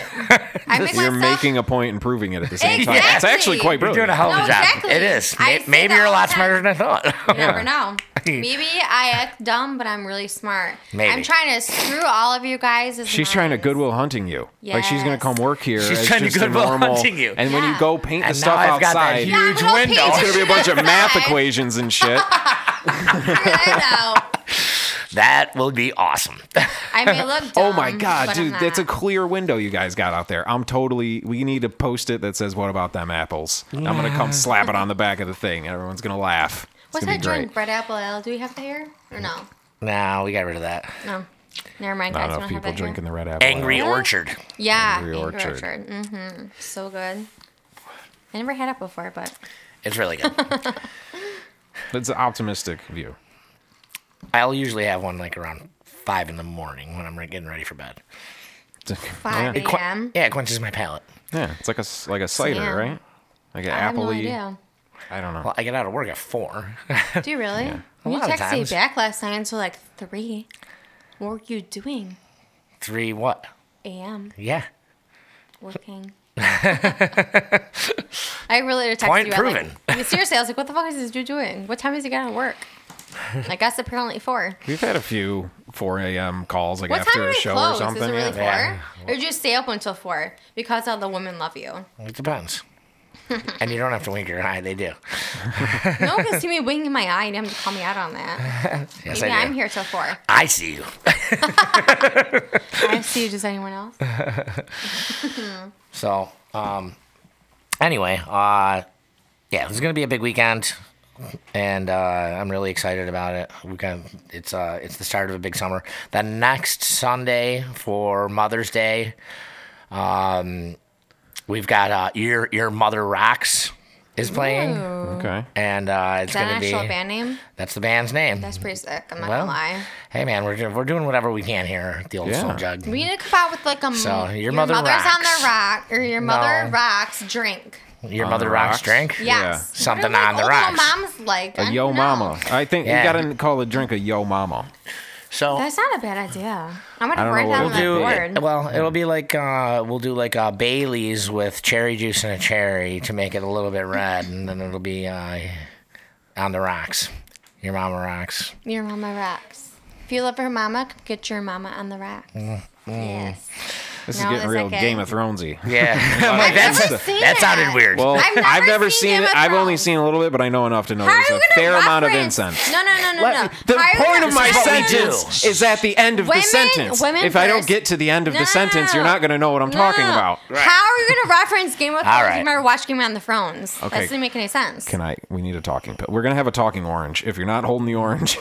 Speaker 3: I make
Speaker 2: You're
Speaker 3: myself.
Speaker 2: making a point and proving it at the same time. It's
Speaker 3: Exactly.
Speaker 2: actually quite
Speaker 4: You're doing
Speaker 2: brilliant.
Speaker 4: a hell of a
Speaker 3: No,
Speaker 4: job.
Speaker 3: exactly.
Speaker 4: It is.
Speaker 3: I
Speaker 4: May-
Speaker 3: say
Speaker 4: Maybe
Speaker 3: that
Speaker 4: you're a
Speaker 3: all
Speaker 4: lot
Speaker 3: the
Speaker 4: smarter than I
Speaker 3: You
Speaker 4: thought.
Speaker 3: never know. Maybe I act dumb, but I'm really smart.
Speaker 4: Maybe.
Speaker 3: I'm trying to screw all of you guys. As
Speaker 2: She's trying to
Speaker 3: minds.
Speaker 2: goodwill hunting you. Like she's gonna
Speaker 3: Yes.
Speaker 2: come work here.
Speaker 4: She's
Speaker 2: as
Speaker 4: trying to
Speaker 2: just a
Speaker 4: Goodwill
Speaker 2: normal,
Speaker 4: hunting you.
Speaker 2: And when you
Speaker 3: Yeah.
Speaker 2: go paint the
Speaker 4: And
Speaker 2: stuff
Speaker 4: now I've got that
Speaker 2: outside,
Speaker 4: huge
Speaker 3: Yeah, little
Speaker 4: window.
Speaker 3: peach.
Speaker 2: it's gonna be a bunch of math
Speaker 3: Outside.
Speaker 2: equations and shit.
Speaker 3: Figure that out.
Speaker 4: That will be awesome.
Speaker 3: I may look dumb.
Speaker 2: Oh my god,
Speaker 3: but I'm
Speaker 2: dude, that's a
Speaker 3: not.
Speaker 2: clear window you guys got out there. I'm totally. We need to post it that says "What about them apples?" I'm gonna come slap it on the back of the thing, and everyone's gonna laugh. It's
Speaker 3: What's
Speaker 2: gonna
Speaker 3: that
Speaker 2: be great.
Speaker 3: drink? Red apple ale. Do we have that here or no?
Speaker 4: nah, we got rid of that.
Speaker 3: No. Never mind,
Speaker 2: Not
Speaker 3: guys. we
Speaker 2: enough
Speaker 3: don't have
Speaker 2: people
Speaker 3: that here.
Speaker 2: drinking the red apple.
Speaker 4: Angry
Speaker 2: ale.
Speaker 4: Orchard.
Speaker 3: Yeah,
Speaker 2: Angry
Speaker 3: Angry Orchard.
Speaker 2: Orchard.
Speaker 3: Mm-hmm. So good. I never had it before, but
Speaker 4: It's really good.
Speaker 2: It's an optimistic view.
Speaker 4: I'll usually have one like around five in the morning when I'm re- getting ready for bed.
Speaker 3: 5
Speaker 4: It qu-
Speaker 3: a.m.
Speaker 4: yeah, it quenches my palate.
Speaker 2: Yeah, it's like a s- like a cider,
Speaker 3: Yeah.
Speaker 2: right? Like an
Speaker 3: I have no
Speaker 2: appley.
Speaker 3: idea.
Speaker 2: I don't know.
Speaker 4: Well, I get out of work at four.
Speaker 3: Do you really?
Speaker 4: A
Speaker 3: You
Speaker 4: lot of
Speaker 3: texted me
Speaker 4: times.
Speaker 3: back last night until like 3. What were you doing?
Speaker 4: Three what?
Speaker 3: A.M.
Speaker 4: Yeah.
Speaker 3: Working. I really texted
Speaker 4: Point
Speaker 3: you. at, Like, seriously, I was like, what the fuck is this dude doing? What time is he going to work? I guess apparently 4.
Speaker 2: We've had a few 4 a.m. calls like
Speaker 3: What
Speaker 2: after
Speaker 3: time are
Speaker 2: a
Speaker 3: we
Speaker 2: show
Speaker 3: closed?
Speaker 2: or something.
Speaker 3: Is it really
Speaker 2: yeah.
Speaker 3: four?
Speaker 4: Yeah.
Speaker 3: Or do you stay open until four because all the women love you?
Speaker 4: It depends. and you don't have to wink your eye. They do.
Speaker 3: No one can see me winking my eye and have to call me out on that.
Speaker 4: Yes,
Speaker 3: Maybe
Speaker 4: I do.
Speaker 3: I'm here till four.
Speaker 4: I see you.
Speaker 3: I see you. Does anyone else?
Speaker 4: So, um, anyway, uh, yeah, it's gonna be a big weekend, and uh, I'm really excited about it. We got it's uh it's the start of a big summer. The next Sunday for Mother's Day, um, we've got uh, your your mother rocks is playing,
Speaker 3: Ooh.
Speaker 2: Okay.
Speaker 4: and uh, it's
Speaker 3: Is that
Speaker 4: gonna
Speaker 3: an
Speaker 4: be
Speaker 3: actual band name?
Speaker 4: that's the band's name.
Speaker 3: That's pretty sick. I'm not
Speaker 4: Well,
Speaker 3: gonna lie.
Speaker 4: hey man, we're, we're doing whatever we can here at the old
Speaker 2: Yeah.
Speaker 4: soul jug.
Speaker 3: We need to come out with like a
Speaker 4: So, your
Speaker 3: your,
Speaker 4: mother
Speaker 3: mother's on
Speaker 4: rocks.
Speaker 3: the rock or your mother
Speaker 4: No.
Speaker 3: rocks drink.
Speaker 4: Your
Speaker 2: On
Speaker 4: mother
Speaker 2: the
Speaker 4: rocks
Speaker 2: rocks?
Speaker 4: drink.
Speaker 2: Yeah.
Speaker 3: Yes.
Speaker 4: Something
Speaker 3: What are,
Speaker 4: on the
Speaker 3: old
Speaker 4: rocks.
Speaker 3: little Mom's like I
Speaker 2: A Uh, yo
Speaker 3: don't know.
Speaker 2: mama. I think
Speaker 4: Yeah.
Speaker 2: we gotta call a drink a yo mama.
Speaker 4: So
Speaker 3: That's not a bad idea. I'm
Speaker 2: I
Speaker 3: gonna
Speaker 2: don't
Speaker 3: write
Speaker 2: know
Speaker 3: down
Speaker 2: what
Speaker 3: that
Speaker 2: we'll
Speaker 3: word.
Speaker 4: Well, it'll be like uh, we'll do like uh, Bailey's with cherry juice and a cherry to make it a little bit red, and then it'll be uh, on the rocks. Your mama rocks.
Speaker 3: Your mama rocks. If you love her mama, get your mama on the rocks.
Speaker 4: Mm,
Speaker 3: Yes.
Speaker 2: This is
Speaker 3: No,
Speaker 2: getting
Speaker 3: it's
Speaker 2: real
Speaker 3: okay.
Speaker 2: Game of Thronesy.
Speaker 4: Yeah, I'm like, Uh,
Speaker 3: I've
Speaker 4: that's
Speaker 3: never seen
Speaker 4: that sounded
Speaker 3: it.
Speaker 4: weird.
Speaker 2: Well,
Speaker 3: I've never seen Game of
Speaker 2: I've only
Speaker 3: Thrones.
Speaker 2: seen a little bit, but I know enough to know
Speaker 3: How are you
Speaker 2: there's
Speaker 3: gonna
Speaker 2: a fair amount of
Speaker 3: reference-
Speaker 2: incense.
Speaker 3: No, no, no, no,
Speaker 2: Let-
Speaker 3: no.
Speaker 2: The
Speaker 3: How are you
Speaker 2: point
Speaker 3: gonna
Speaker 2: of my
Speaker 4: That's what we
Speaker 3: reference-
Speaker 4: do.
Speaker 2: sentence is at the end of
Speaker 3: Women-
Speaker 2: the sentence.
Speaker 3: women
Speaker 2: if I don't
Speaker 3: first.
Speaker 2: get to the end of
Speaker 3: No,
Speaker 2: the
Speaker 3: no,
Speaker 2: sentence,
Speaker 3: no,
Speaker 2: you're
Speaker 3: no.
Speaker 2: not going to know what I'm
Speaker 3: No,
Speaker 2: talking
Speaker 3: no, no.
Speaker 2: about.
Speaker 3: How are you going to reference Game of Thrones
Speaker 4: All
Speaker 3: if
Speaker 4: right.
Speaker 3: you've never watched Game of Thrones? That
Speaker 2: Okay.
Speaker 3: doesn't make any sense.
Speaker 2: Can I? We need a talking pill. We're going to have a talking orange. If you're not holding the orange,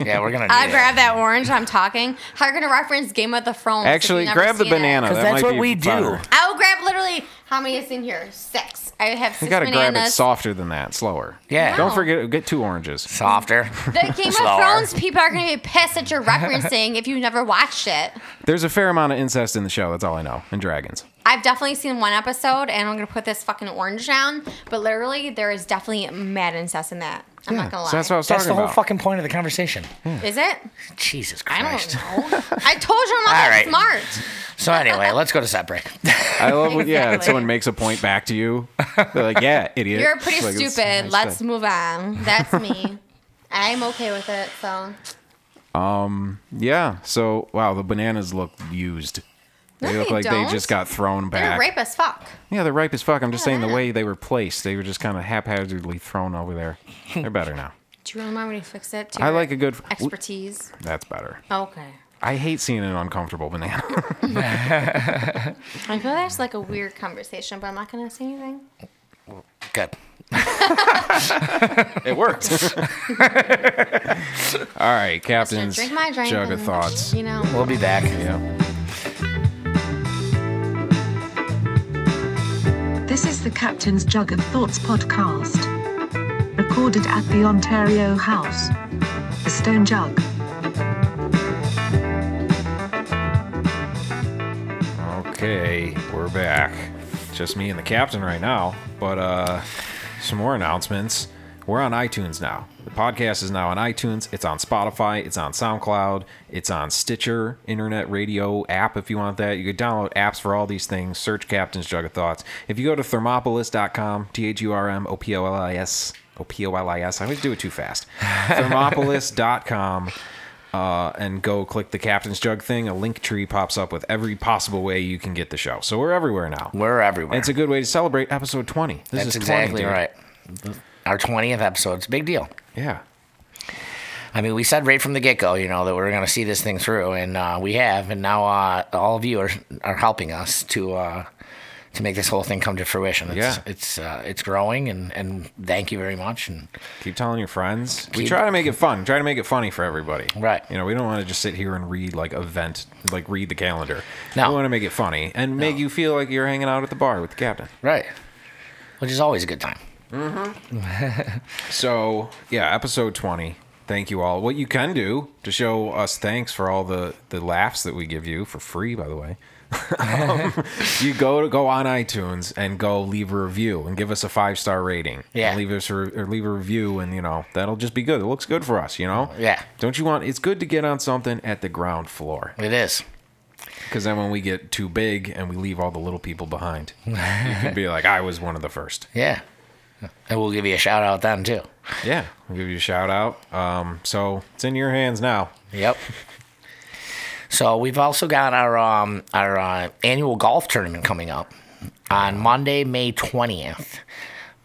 Speaker 4: yeah, we're gonna. Do that.
Speaker 3: I grab that orange. I'm talking. How are you going to reference Game of the Thrones? if you've
Speaker 2: actually
Speaker 3: never
Speaker 2: grab the
Speaker 3: seen it?
Speaker 2: banana.
Speaker 4: 'Cause
Speaker 2: That
Speaker 4: that's
Speaker 2: might
Speaker 4: what
Speaker 2: be
Speaker 4: we do.
Speaker 2: better.
Speaker 3: I will grab literally how many is in here? Six. I have six
Speaker 2: You got to grab it
Speaker 3: bananas.
Speaker 2: softer than that, slower.
Speaker 4: Yeah.
Speaker 2: Don't
Speaker 3: No.
Speaker 2: forget, get two oranges.
Speaker 4: Softer.
Speaker 3: the Game
Speaker 4: Slower.
Speaker 3: of Thrones people are going to be pissed that you're referencing if you've never watched it.
Speaker 2: There's a fair amount of incest in the show. That's all I know. And dragons.
Speaker 3: I've definitely seen one episode, and I'm going to put this fucking orange down. But literally, there is definitely mad incest in that. I'm
Speaker 2: Yeah.
Speaker 3: not going to lie.
Speaker 2: So that's what I was
Speaker 4: That's the
Speaker 2: talking
Speaker 4: whole
Speaker 2: about.
Speaker 4: fucking point of the conversation.
Speaker 3: is it?
Speaker 4: Jesus
Speaker 3: I
Speaker 4: Christ.
Speaker 3: don't know. I told you I'm not
Speaker 4: All
Speaker 3: that
Speaker 4: right.
Speaker 3: smart.
Speaker 4: So anyway, let's go to set break.
Speaker 2: I love when yeah,
Speaker 3: Exactly.
Speaker 2: someone makes a point back to you. They're like, "Yeah, idiot."
Speaker 3: You're pretty
Speaker 2: It's like, it's-
Speaker 3: stupid.
Speaker 2: it's
Speaker 3: Let's
Speaker 2: like-
Speaker 3: move on. That's me. I'm okay with it. So
Speaker 2: yeah. So wow, the bananas look used.
Speaker 3: No,
Speaker 2: They look
Speaker 3: they
Speaker 2: like they just
Speaker 3: don't.
Speaker 2: got thrown
Speaker 3: they're
Speaker 2: back.
Speaker 3: rape as fuck.
Speaker 2: yeah, they're ripe as fuck. I'm just saying the
Speaker 3: Yeah.
Speaker 2: way they were placed, they were just kind of haphazardly thrown over there. They're better now.
Speaker 3: Do you remember when you fix it? To
Speaker 2: I
Speaker 3: your
Speaker 2: like a good.
Speaker 3: expertise.
Speaker 2: That's better.
Speaker 3: Okay.
Speaker 2: I hate seeing an uncomfortable banana.
Speaker 3: I feel that's like a weird conversation, but I'm not gonna say anything.
Speaker 4: Good.
Speaker 2: it worked. All right,
Speaker 3: Just gonna
Speaker 2: captains.
Speaker 3: drink my drink.
Speaker 2: Jug of
Speaker 3: and,
Speaker 2: thoughts.
Speaker 3: You know.
Speaker 4: We'll be back.
Speaker 2: Yeah.
Speaker 1: This is the Captain's Jug of Thoughts podcast. Recorded at the Ontario House. The Stone Jug.
Speaker 2: Okay, we're back. Just me and the captain right now, but uh some more announcements. We're on iTunes now. The podcast is now on iTunes, it's on Spotify, it's on SoundCloud, it's on Stitcher, internet radio app if you want that. You could download apps for all these things. Search Captain's Jug of Thoughts. If you go to thermopolis.com, T H U R M O P O L I S O P O L I S. I always do it too fast. thermopolis.com uh, and go click the Captain's Jug thing. A link tree pops up with every possible way you can get the show. So we're everywhere now.
Speaker 4: We're everywhere.
Speaker 2: And it's a good way to celebrate episode 20. This
Speaker 4: That's
Speaker 2: is 20,
Speaker 4: exactly
Speaker 2: dude.
Speaker 4: right. Our 20th episode. It's a big deal.
Speaker 2: Yeah.
Speaker 4: I mean, we said right from the get go, you know, that we are going to see this thing through, and uh, we have. And now uh, all of you are are helping us to uh, to make this whole thing come to fruition. It's,
Speaker 2: Yeah.
Speaker 4: it's uh, it's growing, and and thank you very much. And
Speaker 2: Keep telling your friends. we
Speaker 4: Keep-
Speaker 2: try to make it fun. Try to make it funny for everybody.
Speaker 4: Right.
Speaker 2: You know, we don't want to just sit here and read like event, like read the calendar.
Speaker 4: No.
Speaker 2: We want to make it funny and make you feel like you're hanging out at the bar with the captain.
Speaker 4: right, which is always a good time.
Speaker 2: So yeah, episode twenty. Thank you all. What you can do to show us thanks for all the the laughs that we give you for free, by the way. Um, you go to go on iTunes and go leave a review and give us a five star rating.
Speaker 4: Yeah.
Speaker 2: And leave us a, re- or leave a review and you know that'll just be good. It looks good for us, you know.
Speaker 4: Yeah.
Speaker 2: Don't you want? It's good to get on something at the ground floor
Speaker 4: It is.
Speaker 2: because then when we get too big and we leave all the little people behind, you can be like, I was one of the first.
Speaker 4: Yeah, and we'll give you a shout out then too.
Speaker 2: Yeah, I'll give you a shout out. Um, so it's in your hands now.
Speaker 4: Yep. So we've also got our um, our uh, annual golf tournament coming up on Monday, May twentieth.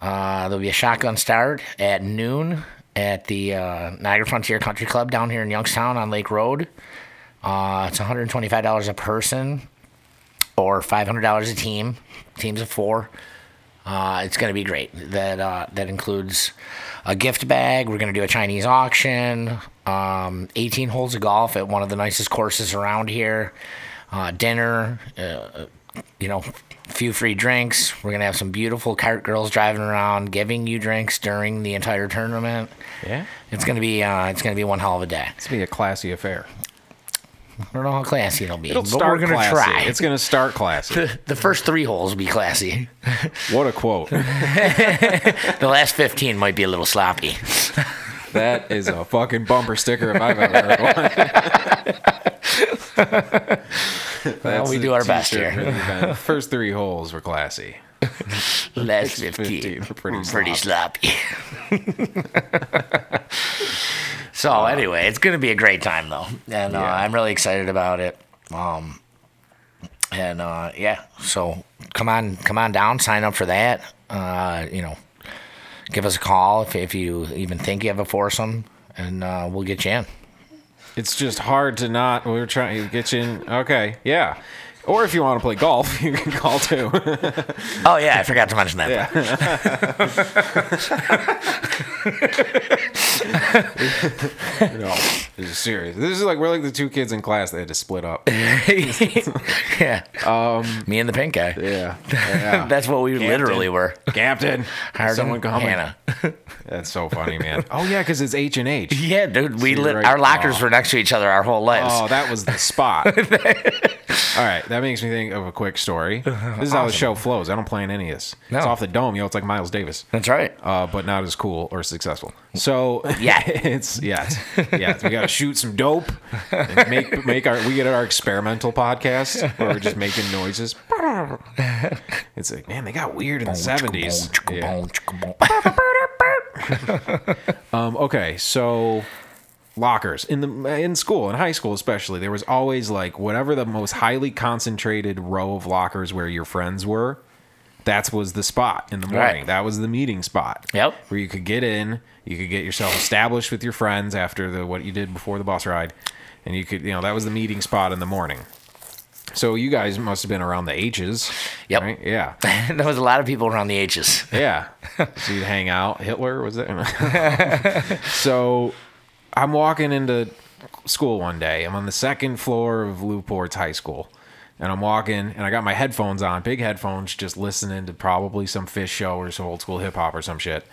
Speaker 4: Uh, there'll be a shotgun start at noon at the uh, Niagara Frontier Country Club down here in Youngstown on Lake Road. Uh, it's one hundred twenty five dollars a person, or five hundred dollars a team. Teams of four. Uh, it's going to be great. That uh, that includes a gift bag. We're going to do a Chinese auction, um, 18 holes of golf at one of the nicest courses around here, uh, dinner, uh, you know, a few free drinks. We're going to have some beautiful cart girls driving around giving you drinks during the entire tournament.
Speaker 2: Yeah.
Speaker 4: It's going to be uh, it's going to be one hell of a day.
Speaker 2: It's gonna be a classy affair.
Speaker 4: I don't know how classy it'll be,
Speaker 2: It'll
Speaker 4: but
Speaker 2: start
Speaker 4: we're going to
Speaker 2: classy.
Speaker 4: try.
Speaker 2: It's gonna start classy.
Speaker 4: the first three holes will be classy.
Speaker 2: what a quote.
Speaker 4: The last 15 might be a little sloppy.
Speaker 2: That is a fucking bumper sticker if I've ever heard one. That's
Speaker 4: we
Speaker 2: a
Speaker 4: do our best
Speaker 2: t-shirt
Speaker 4: here.
Speaker 2: for the event. First three holes were classy.
Speaker 4: The last 15.
Speaker 2: 15, pretty
Speaker 4: Mm, Pretty sloppy. so, anyway, it's going to be a great time, though. And uh,
Speaker 2: Yeah.
Speaker 4: I'm really excited about it. Um, and uh, yeah, so come on, come on down, sign up for that. Uh, you know, give us a call if, if you even think you have a foursome, and uh, we'll get you in.
Speaker 2: It's just hard to not. We were trying to get you in. Okay, yeah. Or if you want to play golf, you can call too.
Speaker 4: Oh, yeah, I forgot to mention that.
Speaker 2: no, this is serious. This is like we're like the two kids in class that had to split up.
Speaker 4: yeah. Um, Me and the pink guy.
Speaker 2: Yeah, yeah.
Speaker 4: That's what we literally were.
Speaker 2: Captain,
Speaker 4: Hard
Speaker 2: someone call me.
Speaker 4: Hannah.
Speaker 2: That's so funny, man. Oh yeah, because it's H and H.
Speaker 4: Yeah, dude. We
Speaker 2: you're
Speaker 4: lit-
Speaker 2: right.
Speaker 4: our lockers
Speaker 2: Aw.
Speaker 4: were next to each other our whole lives.
Speaker 2: Oh, that was the spot. All right, that makes me think of a quick story. This is how the show flows. I don't plan any of this.
Speaker 4: No.
Speaker 2: It's off the dome, yo. It's like Miles Davis,
Speaker 4: That's right.
Speaker 2: uh, but not as cool or successful. So
Speaker 4: Yeah.
Speaker 2: it's yes, yes. We gotta shoot some dope and make make our we get our experimental podcast where we're just making noises. It's like man, they got weird in the seventies. Um, okay, so lockers in the in school in high school especially there was always like whatever the most highly concentrated row of lockers where your friends were that was the spot in the morning
Speaker 4: Right.
Speaker 2: that was the meeting spot
Speaker 4: Yep.
Speaker 2: where you could get in you could get yourself established with your friends after the what you did before the bus ride and you could you know that was the meeting spot in the morning so you guys must have been around the h's
Speaker 4: Yep.
Speaker 2: right? yeah
Speaker 4: there was a lot of people around the H's.
Speaker 2: yeah. So you'd hang out. Hitler was it? so I'm walking into school one day. I'm on the second floor of Newport's High School. And I'm walking and I got my headphones on, big headphones, just listening to probably some fish show or some old school hip hop or some shit.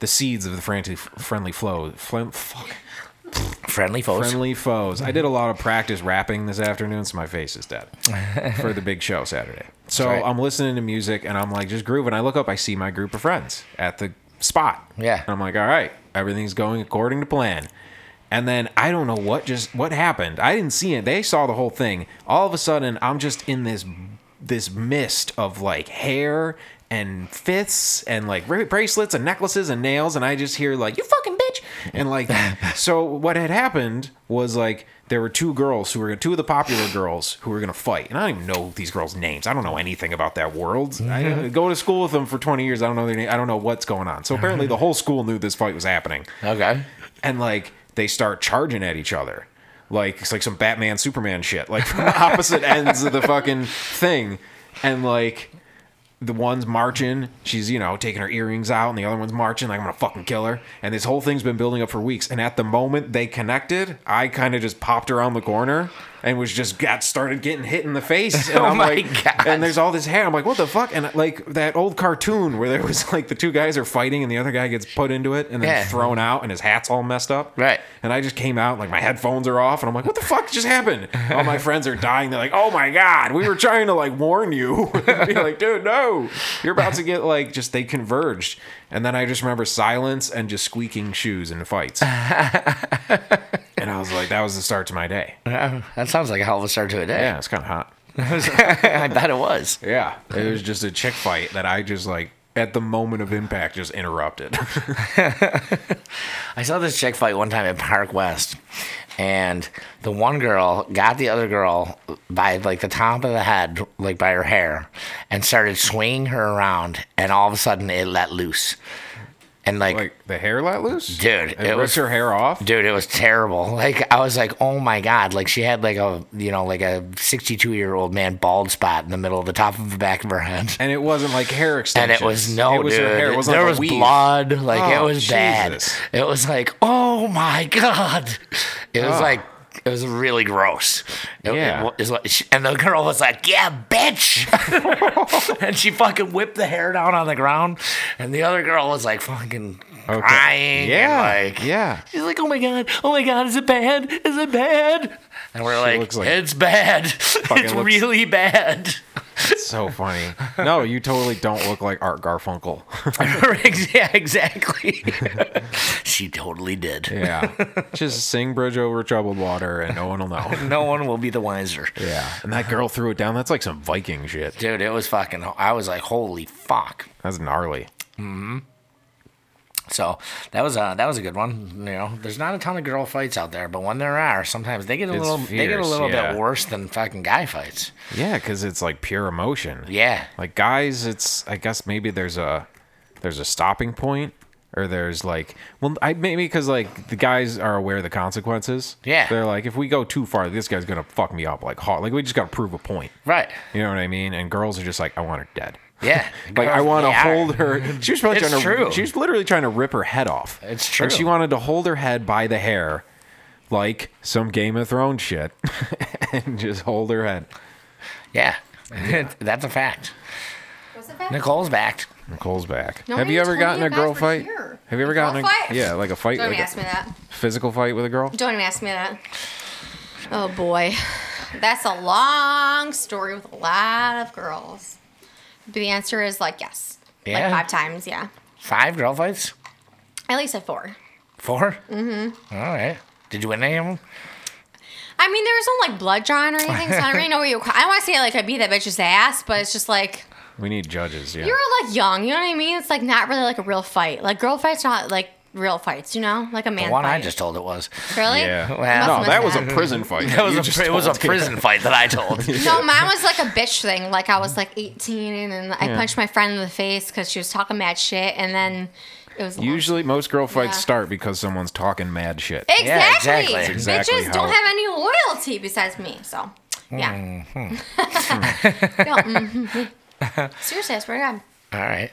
Speaker 2: The seeds of the friendly, friendly flow. Flim, fuck,
Speaker 4: Friendly foes.
Speaker 2: friendly foes. I did a lot of practice rapping this afternoon, so my face is dead for the big show Saturday. So
Speaker 4: right.
Speaker 2: I'm listening to music and I'm like just grooving. I look up, I see my group of friends at the spot.
Speaker 4: Yeah.
Speaker 2: And I'm like, all right, everything's going according to plan. And then I don't know what just what happened. I didn't see it. They saw the whole thing. All of a sudden, I'm just in this this mist of like hair and fists and like ra- bracelets and necklaces and nails and I just hear like you fucking bitch and like so what had happened was like there were two girls who were two of the popular girls who were going to fight and I don't even know these girls names. I don't know anything about that world. I go to school with them for 20 years. I don't know their name. I don't know what's going on. So apparently the whole school knew this fight was happening
Speaker 4: Okay.
Speaker 2: and like they start charging at each other like it's like some batman superman shit like from the opposite ends of the fucking thing and like the one's marching she's you know taking her earrings out and the other one's marching like i'm gonna fucking kill her and this whole thing's been building up for weeks and at the moment they connected i kind of just popped around the corner and was just got started getting hit in the face and
Speaker 4: Oh
Speaker 2: i'm
Speaker 4: my
Speaker 2: like
Speaker 4: God.
Speaker 2: and there's all this hair i'm like what the fuck and like that old cartoon where there was like the two guys are fighting and the other guy gets put into it and then
Speaker 4: Yeah.
Speaker 2: thrown thrown out and his hat's all messed up.
Speaker 4: Right.
Speaker 2: And I just came out, like my headphones are off, and I'm like, what the fuck just happened? All my friends are dying. They're like, oh my God, we were trying to like warn you. Be like, dude, no. You're about to get like just they converged. And then I just remember silence and just squeaking shoes in fights. and I was like, that was the start to my day.
Speaker 4: Uh, that sounds like a hell of a start to a day.
Speaker 2: Yeah, it's kinda hot.
Speaker 4: I bet it was.
Speaker 2: Yeah. It was just a chick fight that I just like at the moment of impact just interrupted.
Speaker 4: I saw this chick fight one time at Park West, and the one girl got the other girl by like the top of the head, like by her hair, and started swinging her around, and all of a sudden it let loose. and like,
Speaker 2: Like the hair let loose,
Speaker 4: Dude,
Speaker 2: It,
Speaker 4: it
Speaker 2: ripped
Speaker 4: was-
Speaker 2: her hair off.
Speaker 4: dude, it was terrible. Like I was like, oh my god, like she had like a you know like a 62 year old man bald spot in the middle of the top of the back of her head.
Speaker 2: and it wasn't like hair
Speaker 4: And
Speaker 2: extensions.
Speaker 4: it was no,
Speaker 2: It was
Speaker 4: dude.
Speaker 2: her hair. It was
Speaker 4: there
Speaker 2: like a
Speaker 4: was
Speaker 2: weave.
Speaker 4: blood. Like it
Speaker 2: Oh,
Speaker 4: was bad.
Speaker 2: Jesus.
Speaker 4: It was like, oh my god. It was
Speaker 2: Ah.
Speaker 4: like, it was really gross. It- it
Speaker 2: Yeah.
Speaker 4: wa- is what she- and the girl was like, yeah, bitch. and she fucking whipped the hair down on the ground. And the other girl was like, fucking
Speaker 2: Okay.
Speaker 4: crying.
Speaker 2: Yeah,
Speaker 4: And like,
Speaker 2: yeah.
Speaker 4: She's like, oh my god, oh my god, is it bad? Is it bad? And we're like,
Speaker 2: looks like-
Speaker 4: it's bad.
Speaker 2: Fucking
Speaker 4: It's
Speaker 2: looks-
Speaker 4: really bad.
Speaker 2: so funny. No, you totally don't look like Art Garfunkel.
Speaker 4: yeah, exactly. she totally did.
Speaker 2: yeah, just sing "Bridge Over Troubled Water" and no one will know.
Speaker 4: No one will be the wiser.
Speaker 2: Yeah, and that girl threw it down. That's like some Viking shit.
Speaker 4: Dude, it was fucking. I was like, holy fuck.
Speaker 2: That's gnarly.
Speaker 4: So that was a that was a good one. You know, there's not a ton of girl fights out there, but when there are, sometimes they get a
Speaker 2: It's
Speaker 4: little they get a
Speaker 2: fierce,
Speaker 4: little
Speaker 2: yeah.
Speaker 4: bit worse than fucking guy fights.
Speaker 2: Yeah, because it's like pure emotion.
Speaker 4: Yeah,
Speaker 2: Like guys, it's I guess maybe there's a there's a stopping point or there's like well I maybe because like the guys are aware of the consequences.
Speaker 4: Yeah.
Speaker 2: they're like if we go too far, this guy's gonna fuck me up like hard. Like we just gotta prove a point.
Speaker 4: right.
Speaker 2: You know what I mean? And girls are just like I want her dead.
Speaker 4: Yeah,
Speaker 2: Like I
Speaker 4: Girls-
Speaker 2: want to
Speaker 4: they are.
Speaker 2: hold her. She was probably
Speaker 4: It's
Speaker 2: trying to.
Speaker 4: true.
Speaker 2: She was literally trying to rip her head off.
Speaker 4: It's
Speaker 2: Like she
Speaker 4: true.
Speaker 2: wanted to hold her head by the hair, like some Game of Thrones shit, and just hold her head.
Speaker 4: Yeah, that's a fact.
Speaker 3: What's it back?
Speaker 4: Nicole's backed.
Speaker 2: Nicole's back.
Speaker 3: Nobody
Speaker 2: Have you ever
Speaker 3: told me
Speaker 2: gotten
Speaker 3: you
Speaker 2: a girl
Speaker 3: guys were
Speaker 2: fight?
Speaker 3: here.
Speaker 2: Have you ever
Speaker 3: A girl
Speaker 2: gotten a
Speaker 3: fight?
Speaker 2: yeah like a fight
Speaker 3: Don't
Speaker 2: like
Speaker 3: even
Speaker 2: a
Speaker 3: ask me that.
Speaker 2: physical fight with a girl?
Speaker 3: Don't even ask me that. Oh boy. That's a long story with a lot of girls. But the answer is like yes.
Speaker 4: Yeah.
Speaker 3: Like five times, yeah.
Speaker 4: Five girl fights.
Speaker 3: At least at four.
Speaker 4: 4 Mm-hmm. All right. Did you win any of them?
Speaker 3: I mean, there was no like blood drawn or anything, so I don't really know where you. I want to say like I beat that bitch's ass, but it's just like
Speaker 2: We need judges. Yeah.
Speaker 3: you're like young. You know what I mean? It's like not really like a real fight. Like girl fights, are not like real fights. You know, like a man.
Speaker 4: The one
Speaker 3: fight.
Speaker 4: I just told it was.
Speaker 3: really.
Speaker 2: yeah.
Speaker 4: Well-
Speaker 2: no, that was a
Speaker 3: Must have
Speaker 2: prison fight.
Speaker 4: That was
Speaker 2: You
Speaker 4: a,
Speaker 2: just
Speaker 4: pri- it was a
Speaker 2: told me.
Speaker 4: prison fight that I told.
Speaker 3: No, mine was like a bitch thing. Like I was like 18, and then I punched my friend in the face because she was talking mad shit, and then it was long.
Speaker 2: Usually, most girl fights
Speaker 3: Yeah.
Speaker 2: start because someone's talking mad shit.
Speaker 3: exactly.
Speaker 4: exactly. That's
Speaker 2: exactly
Speaker 3: Bitches
Speaker 2: how
Speaker 3: don't
Speaker 2: it-
Speaker 3: have any loyalty besides me, so yeah.
Speaker 2: Mm-hmm.
Speaker 3: no, mhm. Seriously, I swear to God.
Speaker 4: all right.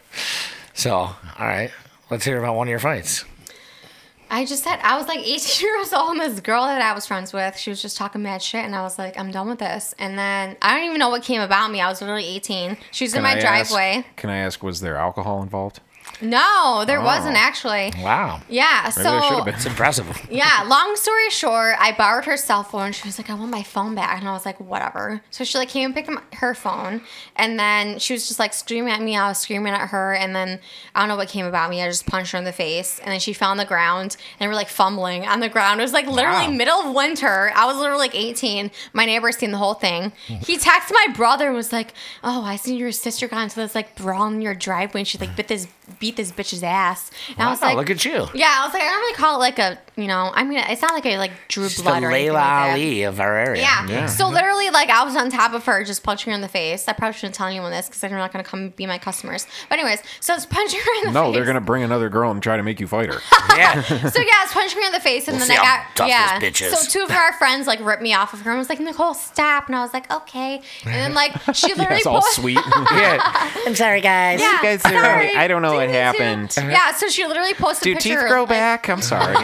Speaker 4: So, all right. Let's hear about one of your fights.
Speaker 3: I just said I was like 18 years old, and this girl that I was friends with, she was just talking mad shit, and I was like, I'm done with this. And then I don't even know what came about me. I was literally 18. She was in my
Speaker 2: I ask-
Speaker 3: driveway.
Speaker 2: can I ask? Was there alcohol involved?
Speaker 3: No, there wasn't actually.
Speaker 4: Wow.
Speaker 3: Yeah,
Speaker 2: Oh. Maybe there should
Speaker 3: so
Speaker 2: have been.
Speaker 4: It's impressive.
Speaker 3: yeah. Long story short, I borrowed her cell phone. She was like, "I want my phone back," and I was like, "Whatever." So she like came and picked up her phone, and then she was just like screaming at me. I was screaming at her, and then I don't know what came about me. I just punched her in the face, and then she fell on the ground, and we're like fumbling on the ground. It was like literally
Speaker 4: Wow.
Speaker 3: middle of winter. I was literally like 18. My neighbor seen the whole thing. He texted my brother and was like, "Oh, I seen your sister got into this like brawl in your driveway, and she like bit this beat this bitch's ass." And I was
Speaker 4: Wow,
Speaker 3: like,
Speaker 4: look at you.
Speaker 3: yeah, I was like, I don't really call it like a, you know, I mean, it's not like I like drew
Speaker 4: She's
Speaker 3: blood
Speaker 4: the
Speaker 3: or anything
Speaker 4: Layla
Speaker 3: like that.
Speaker 4: Ali of our area.
Speaker 3: Yeah.
Speaker 2: Yeah.
Speaker 3: So literally, like, I was on top of her, just punching her in the face. I probably shouldn't tell anyone this because they're not going to come be my customers. But anyways, so I was punching her in the
Speaker 2: No,
Speaker 3: face.
Speaker 2: they're gonna bring another girl and try to make you fight her.
Speaker 4: Yeah.
Speaker 3: So yeah, I was punching her in the face, and
Speaker 4: We'll
Speaker 3: then
Speaker 4: see
Speaker 3: I
Speaker 4: how
Speaker 3: got
Speaker 4: tough this
Speaker 3: yeah.
Speaker 4: bitch is.
Speaker 3: So two of our friends like ripped me off of her and was like, Nicole, stop. And I was like, okay. And then like she literally
Speaker 2: That's all
Speaker 3: pulled-
Speaker 2: sweet.
Speaker 4: yeah.
Speaker 5: I'm sorry, guys.
Speaker 3: Yeah,
Speaker 2: You guys are
Speaker 3: sorry,
Speaker 2: right. I don't know what
Speaker 3: didn't mean
Speaker 2: happened.
Speaker 3: to. Yeah, so she literally posted a
Speaker 2: Do
Speaker 3: picture
Speaker 2: teeth
Speaker 3: of,
Speaker 2: grow
Speaker 3: like,
Speaker 2: back? I'm sorry.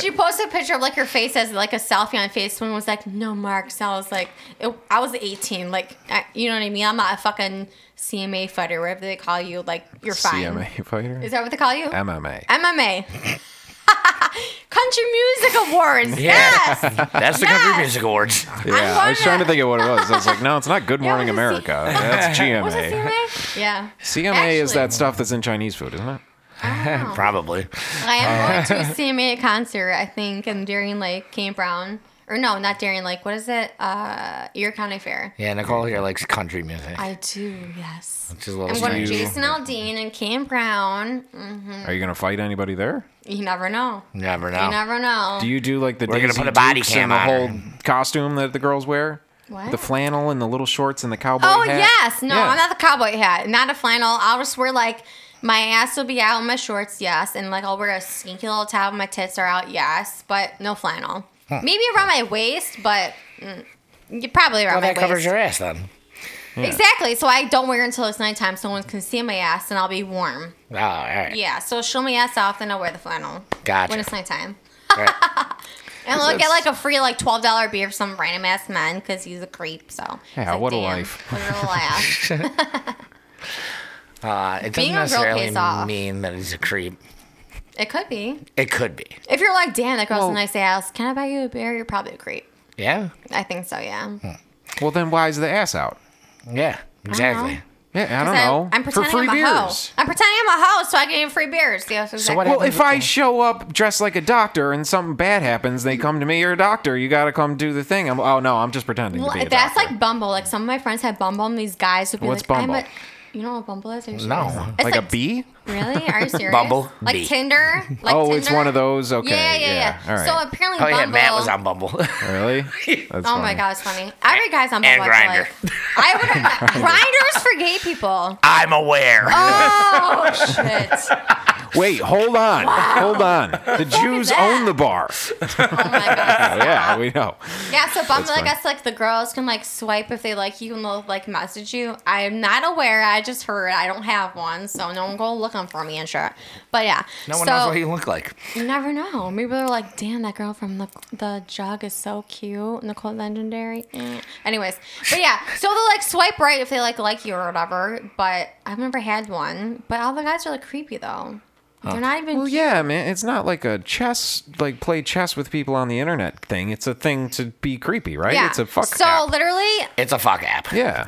Speaker 3: she posted a picture of like her face as like a selfie on Facebook and was like, "No marks." I was like, it, "I was 18, like I, you know what I mean? I'm not a fucking CMA fighter, whatever they call you. Like you're fine.
Speaker 2: CMA fighter.
Speaker 3: Is that what they call you?
Speaker 2: MMA.
Speaker 3: MMA. Country Music Awards.
Speaker 4: Yeah.
Speaker 3: Yes.
Speaker 4: That's the Country
Speaker 3: Yes. Oh.
Speaker 4: Music Awards.
Speaker 2: Yeah, I was
Speaker 3: wanna-
Speaker 2: trying to think of what it was. I was like, no, it's not Good
Speaker 3: Yeah,
Speaker 2: Morning
Speaker 3: it was a C-
Speaker 2: America. That's
Speaker 3: Was it
Speaker 2: GMA.
Speaker 3: CMA? Yeah.
Speaker 2: CMA is
Speaker 3: Actually-
Speaker 2: that stuff that's in Chinese food, isn't it?
Speaker 4: Probably.
Speaker 3: I am going to a CMA concert, I think, in Darien Lake, Camp Brown. Or no, not Darien Lake. What is it? Uh, Erie County Fair.
Speaker 4: Yeah, Nicole here likes country music.
Speaker 3: I do, yes.
Speaker 4: Which is a little
Speaker 3: I'm going to
Speaker 4: strange.
Speaker 3: Jason Aldean and Cam Brown.
Speaker 2: Are you gonna fight anybody there?
Speaker 3: You never know.
Speaker 4: Never know.
Speaker 3: You never know.
Speaker 2: Do you do like the
Speaker 4: We're gonna
Speaker 2: Daisy
Speaker 4: put a body
Speaker 2: Dukes
Speaker 4: cam
Speaker 2: and the
Speaker 4: on her.
Speaker 2: whole costume that the girls wear?
Speaker 3: What?
Speaker 2: The flannel and the little shorts and the cowboy
Speaker 3: oh
Speaker 2: hat?
Speaker 3: yes, no,
Speaker 2: Yeah.
Speaker 3: I'm not the cowboy hat, not a flannel. I'll just wear like My ass will be out in my shorts, yes, and like I'll wear a skinky little towel. My tits are out, yes, but no flannel. Maybe around my waist, but mm, you probably
Speaker 4: Well,
Speaker 3: around
Speaker 4: that
Speaker 3: my
Speaker 4: covers
Speaker 3: waist.
Speaker 4: your ass then.
Speaker 3: Exactly. So I don't wear it until it's nighttime. Someone can see my ass, and I'll be warm.
Speaker 4: Oh, all right.
Speaker 3: Yeah. So show my ass off, then I'll wear the flannel.
Speaker 4: Gotcha.
Speaker 3: When it's nighttime.
Speaker 4: All right.
Speaker 3: And look at like a free like twelve dollar beer from some random ass man because he's a creep. So it's
Speaker 2: Yeah,
Speaker 3: like,
Speaker 2: what a
Speaker 3: damn,
Speaker 2: life.
Speaker 3: What a little ass.
Speaker 4: Uh, it
Speaker 3: Being
Speaker 4: doesn't
Speaker 3: a girl
Speaker 4: necessarily
Speaker 3: pays off.
Speaker 4: mean that he's a creep.
Speaker 3: it could be.
Speaker 4: It could be.
Speaker 3: If you're like, damn, that girl's
Speaker 2: Well-
Speaker 3: a nice ass. Can I buy you a beer? You're probably a creep.
Speaker 4: Yeah.
Speaker 3: I think so. Yeah.
Speaker 2: Hmm. Well, then why is the ass out?
Speaker 4: Yeah. Exactly.
Speaker 2: Yeah, I don't
Speaker 3: So
Speaker 2: know.
Speaker 3: I'm pretending
Speaker 2: For free
Speaker 3: I'm a
Speaker 2: beers.
Speaker 3: hoe. I'm pretending I'm a hoe so I can get free beers. Yeah, so
Speaker 4: what
Speaker 2: Well,
Speaker 4: happens
Speaker 2: if
Speaker 4: with
Speaker 2: I
Speaker 4: the-
Speaker 2: show up dressed like a doctor and something bad happens, they come to me. You're a doctor. You got to come do the thing. I'm, oh no, I'm just pretending
Speaker 3: Well,
Speaker 2: to be a
Speaker 3: that's
Speaker 2: doctor.
Speaker 3: like Bumble. Like some of my friends had Bumble, and these guys would be
Speaker 2: What's
Speaker 3: like, "I'm
Speaker 2: Bumble?
Speaker 3: a." You know what Bumble is? Are you
Speaker 4: No.
Speaker 3: serious?
Speaker 2: like,
Speaker 3: It's
Speaker 2: a bee.
Speaker 3: Really? Are you serious?
Speaker 4: Bumble
Speaker 3: Like
Speaker 4: bee.
Speaker 3: Tinder? Like
Speaker 2: Oh, it's
Speaker 3: Tinder?
Speaker 2: one of those? Okay,
Speaker 3: Yeah, yeah,
Speaker 2: yeah.
Speaker 3: yeah.
Speaker 2: All right.
Speaker 3: So apparently,
Speaker 4: Oh
Speaker 3: Bumble.
Speaker 4: yeah, Matt was on Bumble.
Speaker 2: Really? That's
Speaker 3: Oh my
Speaker 2: funny.
Speaker 3: god, it's funny. Every guy's on
Speaker 4: And
Speaker 3: Bumble. I feel
Speaker 4: Grindr.
Speaker 3: like. I would. Grinders for gay people.
Speaker 4: I'm aware.
Speaker 3: Oh shit!
Speaker 2: Wait, hold on, hold on. The Jews
Speaker 3: that?
Speaker 2: own the bar.
Speaker 3: Oh my god.
Speaker 2: Yeah, we know.
Speaker 3: Yeah, so Bumble, I
Speaker 2: funny.
Speaker 3: guess like the girls can like swipe if they like you and they'll like message you. I'm not aware. I just heard. I don't have one, so no one go looking for me and shit. But yeah,
Speaker 4: No one
Speaker 3: so,
Speaker 4: knows what you look like.
Speaker 3: You never know. Maybe they're like, damn, that girl from the the jug is so cute. Nicole Legendary. Eh. Anyways, but yeah, so they'll like swipe right if they like like you or whatever. But I've never had one. But all the guys are like creepy though. They're not even.
Speaker 2: Well, yeah, man. It's not like a chess, like play chess with people on the internet thing. It's a thing to be creepy, right? It's a fuck.
Speaker 3: So
Speaker 2: app.
Speaker 3: literally,
Speaker 4: It's a fuck app.
Speaker 2: yeah.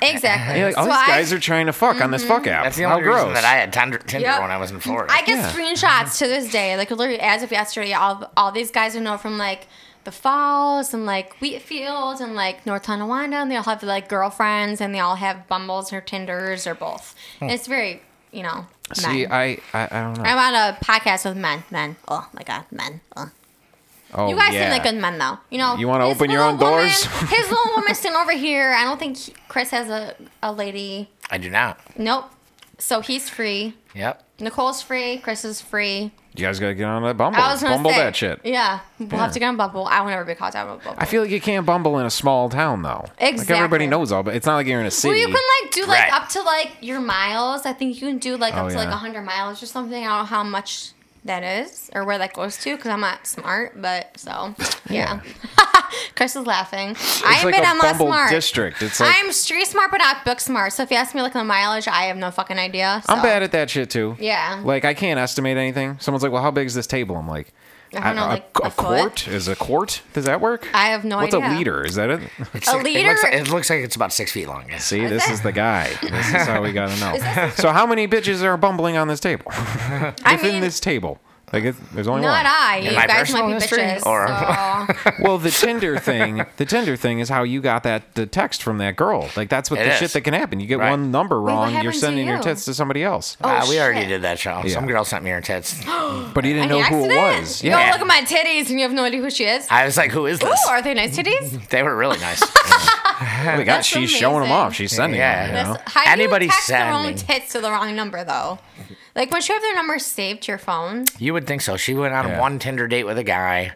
Speaker 3: exactly.
Speaker 2: Yeah, like, all
Speaker 3: So
Speaker 2: these
Speaker 3: I- Mm-hmm.
Speaker 2: guys are trying to fuck on this fuck app.
Speaker 4: That's the
Speaker 2: How
Speaker 4: only reason
Speaker 2: gross.
Speaker 4: that I had Tinder, Tinder
Speaker 3: Yep.
Speaker 4: when I was in Florida.
Speaker 3: I get
Speaker 2: Yeah.
Speaker 3: screenshots to this day, like literally as of yesterday. All all these guys I know from like the Falls and like Wheatfield and like North Tonawanda, and they all have like girlfriends and they all have Bumbles or Tinders or both. And it's very, you know, men.
Speaker 2: Hmm. See, I, I, I don't know.
Speaker 3: I'm on a podcast with men. Men. Oh my god, men. Oh.
Speaker 2: oh,
Speaker 3: You guys
Speaker 2: yeah.
Speaker 3: seem like good men, though. You know.
Speaker 2: You wanna
Speaker 3: his
Speaker 2: open your
Speaker 3: little
Speaker 2: own
Speaker 3: woman-
Speaker 2: doors?
Speaker 3: his little woman sitting over here. I don't think he- Chris has a a lady.
Speaker 4: I do not.
Speaker 3: Nope. So he's free.
Speaker 4: Yep.
Speaker 3: Nicole's free. Chris is free.
Speaker 2: You guys gotta get on that Bumble.
Speaker 3: I was gonna
Speaker 2: bumble
Speaker 3: say,
Speaker 2: that shit.
Speaker 3: Yeah, we'll have to get on Bumble. I will never be caught out on Bumble.
Speaker 2: I feel like you can't Bumble in a small town though. Like
Speaker 3: Exactly.
Speaker 2: everybody knows all, but it's not like you're in a city.
Speaker 3: well, you can like do like
Speaker 4: Right.
Speaker 3: up to like your miles. I think you can do like up
Speaker 2: Oh,
Speaker 3: to like
Speaker 2: yeah.
Speaker 3: like hundred miles or something. I don't know how much that is or where that goes to because I'm not smart. But so yeah, Chris is laughing. I
Speaker 2: it's like
Speaker 3: admit
Speaker 2: a
Speaker 3: I'm not
Speaker 2: Bumble
Speaker 3: smart.
Speaker 2: district. It's like
Speaker 3: I'm street smart, but not book smart. So if you ask me like the mileage, I have no fucking idea.
Speaker 2: I'm
Speaker 3: so.
Speaker 2: bad at that shit too.
Speaker 3: Yeah.
Speaker 2: Like I can't estimate anything. Someone's like, "Well, how big is this table?" I'm like,
Speaker 3: I don't know,
Speaker 2: a-
Speaker 3: like
Speaker 2: a,
Speaker 3: a foot?
Speaker 2: quart is a quart. Does that work?
Speaker 3: I have no
Speaker 2: What's a
Speaker 3: idea.
Speaker 2: liter? Is that it?
Speaker 4: It's
Speaker 3: A
Speaker 4: six- It
Speaker 3: leader-
Speaker 4: looks, like, it looks like it's about six feet long. Yes.
Speaker 2: See, this
Speaker 3: that-
Speaker 2: is the guy. This is how we gotta know. so how many bitches are bumbling on this table?
Speaker 3: I
Speaker 2: Within
Speaker 3: mean-
Speaker 2: this table. Like it's, there's only
Speaker 3: Not
Speaker 2: one.
Speaker 3: I. You
Speaker 4: my
Speaker 3: guys might
Speaker 4: personal
Speaker 3: be
Speaker 4: history,
Speaker 3: bitches.
Speaker 4: or-
Speaker 3: so-
Speaker 2: Well, the Tinder thing, the Tinder thing is how you got that the text from that girl. Like that's what
Speaker 4: It
Speaker 2: the
Speaker 4: is.
Speaker 2: shit that can happen. You get
Speaker 4: Right.
Speaker 2: one number
Speaker 3: what
Speaker 2: wrong, you're
Speaker 3: happened to
Speaker 2: sending your
Speaker 3: you?
Speaker 2: tits to somebody else.
Speaker 3: Oh,
Speaker 4: Uh, we already
Speaker 3: shit.
Speaker 4: did that show. Some
Speaker 2: Yeah.
Speaker 4: girl sent me her tits.
Speaker 2: But he didn't know
Speaker 3: An
Speaker 2: who it
Speaker 3: accident?
Speaker 2: was.
Speaker 3: You
Speaker 2: Yeah.
Speaker 3: don't look at my titties and you have no idea who she is.
Speaker 4: I was like, "Who is this?"
Speaker 3: Ooh, are they nice titties?
Speaker 4: they were really nice.
Speaker 2: Oh my God,
Speaker 3: That's
Speaker 2: she's showing them
Speaker 3: amazing.
Speaker 2: off. She's sending
Speaker 4: Yeah.
Speaker 2: them. You know?
Speaker 3: That's- How do
Speaker 4: Anybody
Speaker 3: you text the
Speaker 4: send
Speaker 3: wrong
Speaker 4: me.
Speaker 3: tits to the wrong number though? Like once you have their number saved to your phone,
Speaker 4: you would think so. She went on
Speaker 2: Yeah.
Speaker 4: one Tinder date with a guy,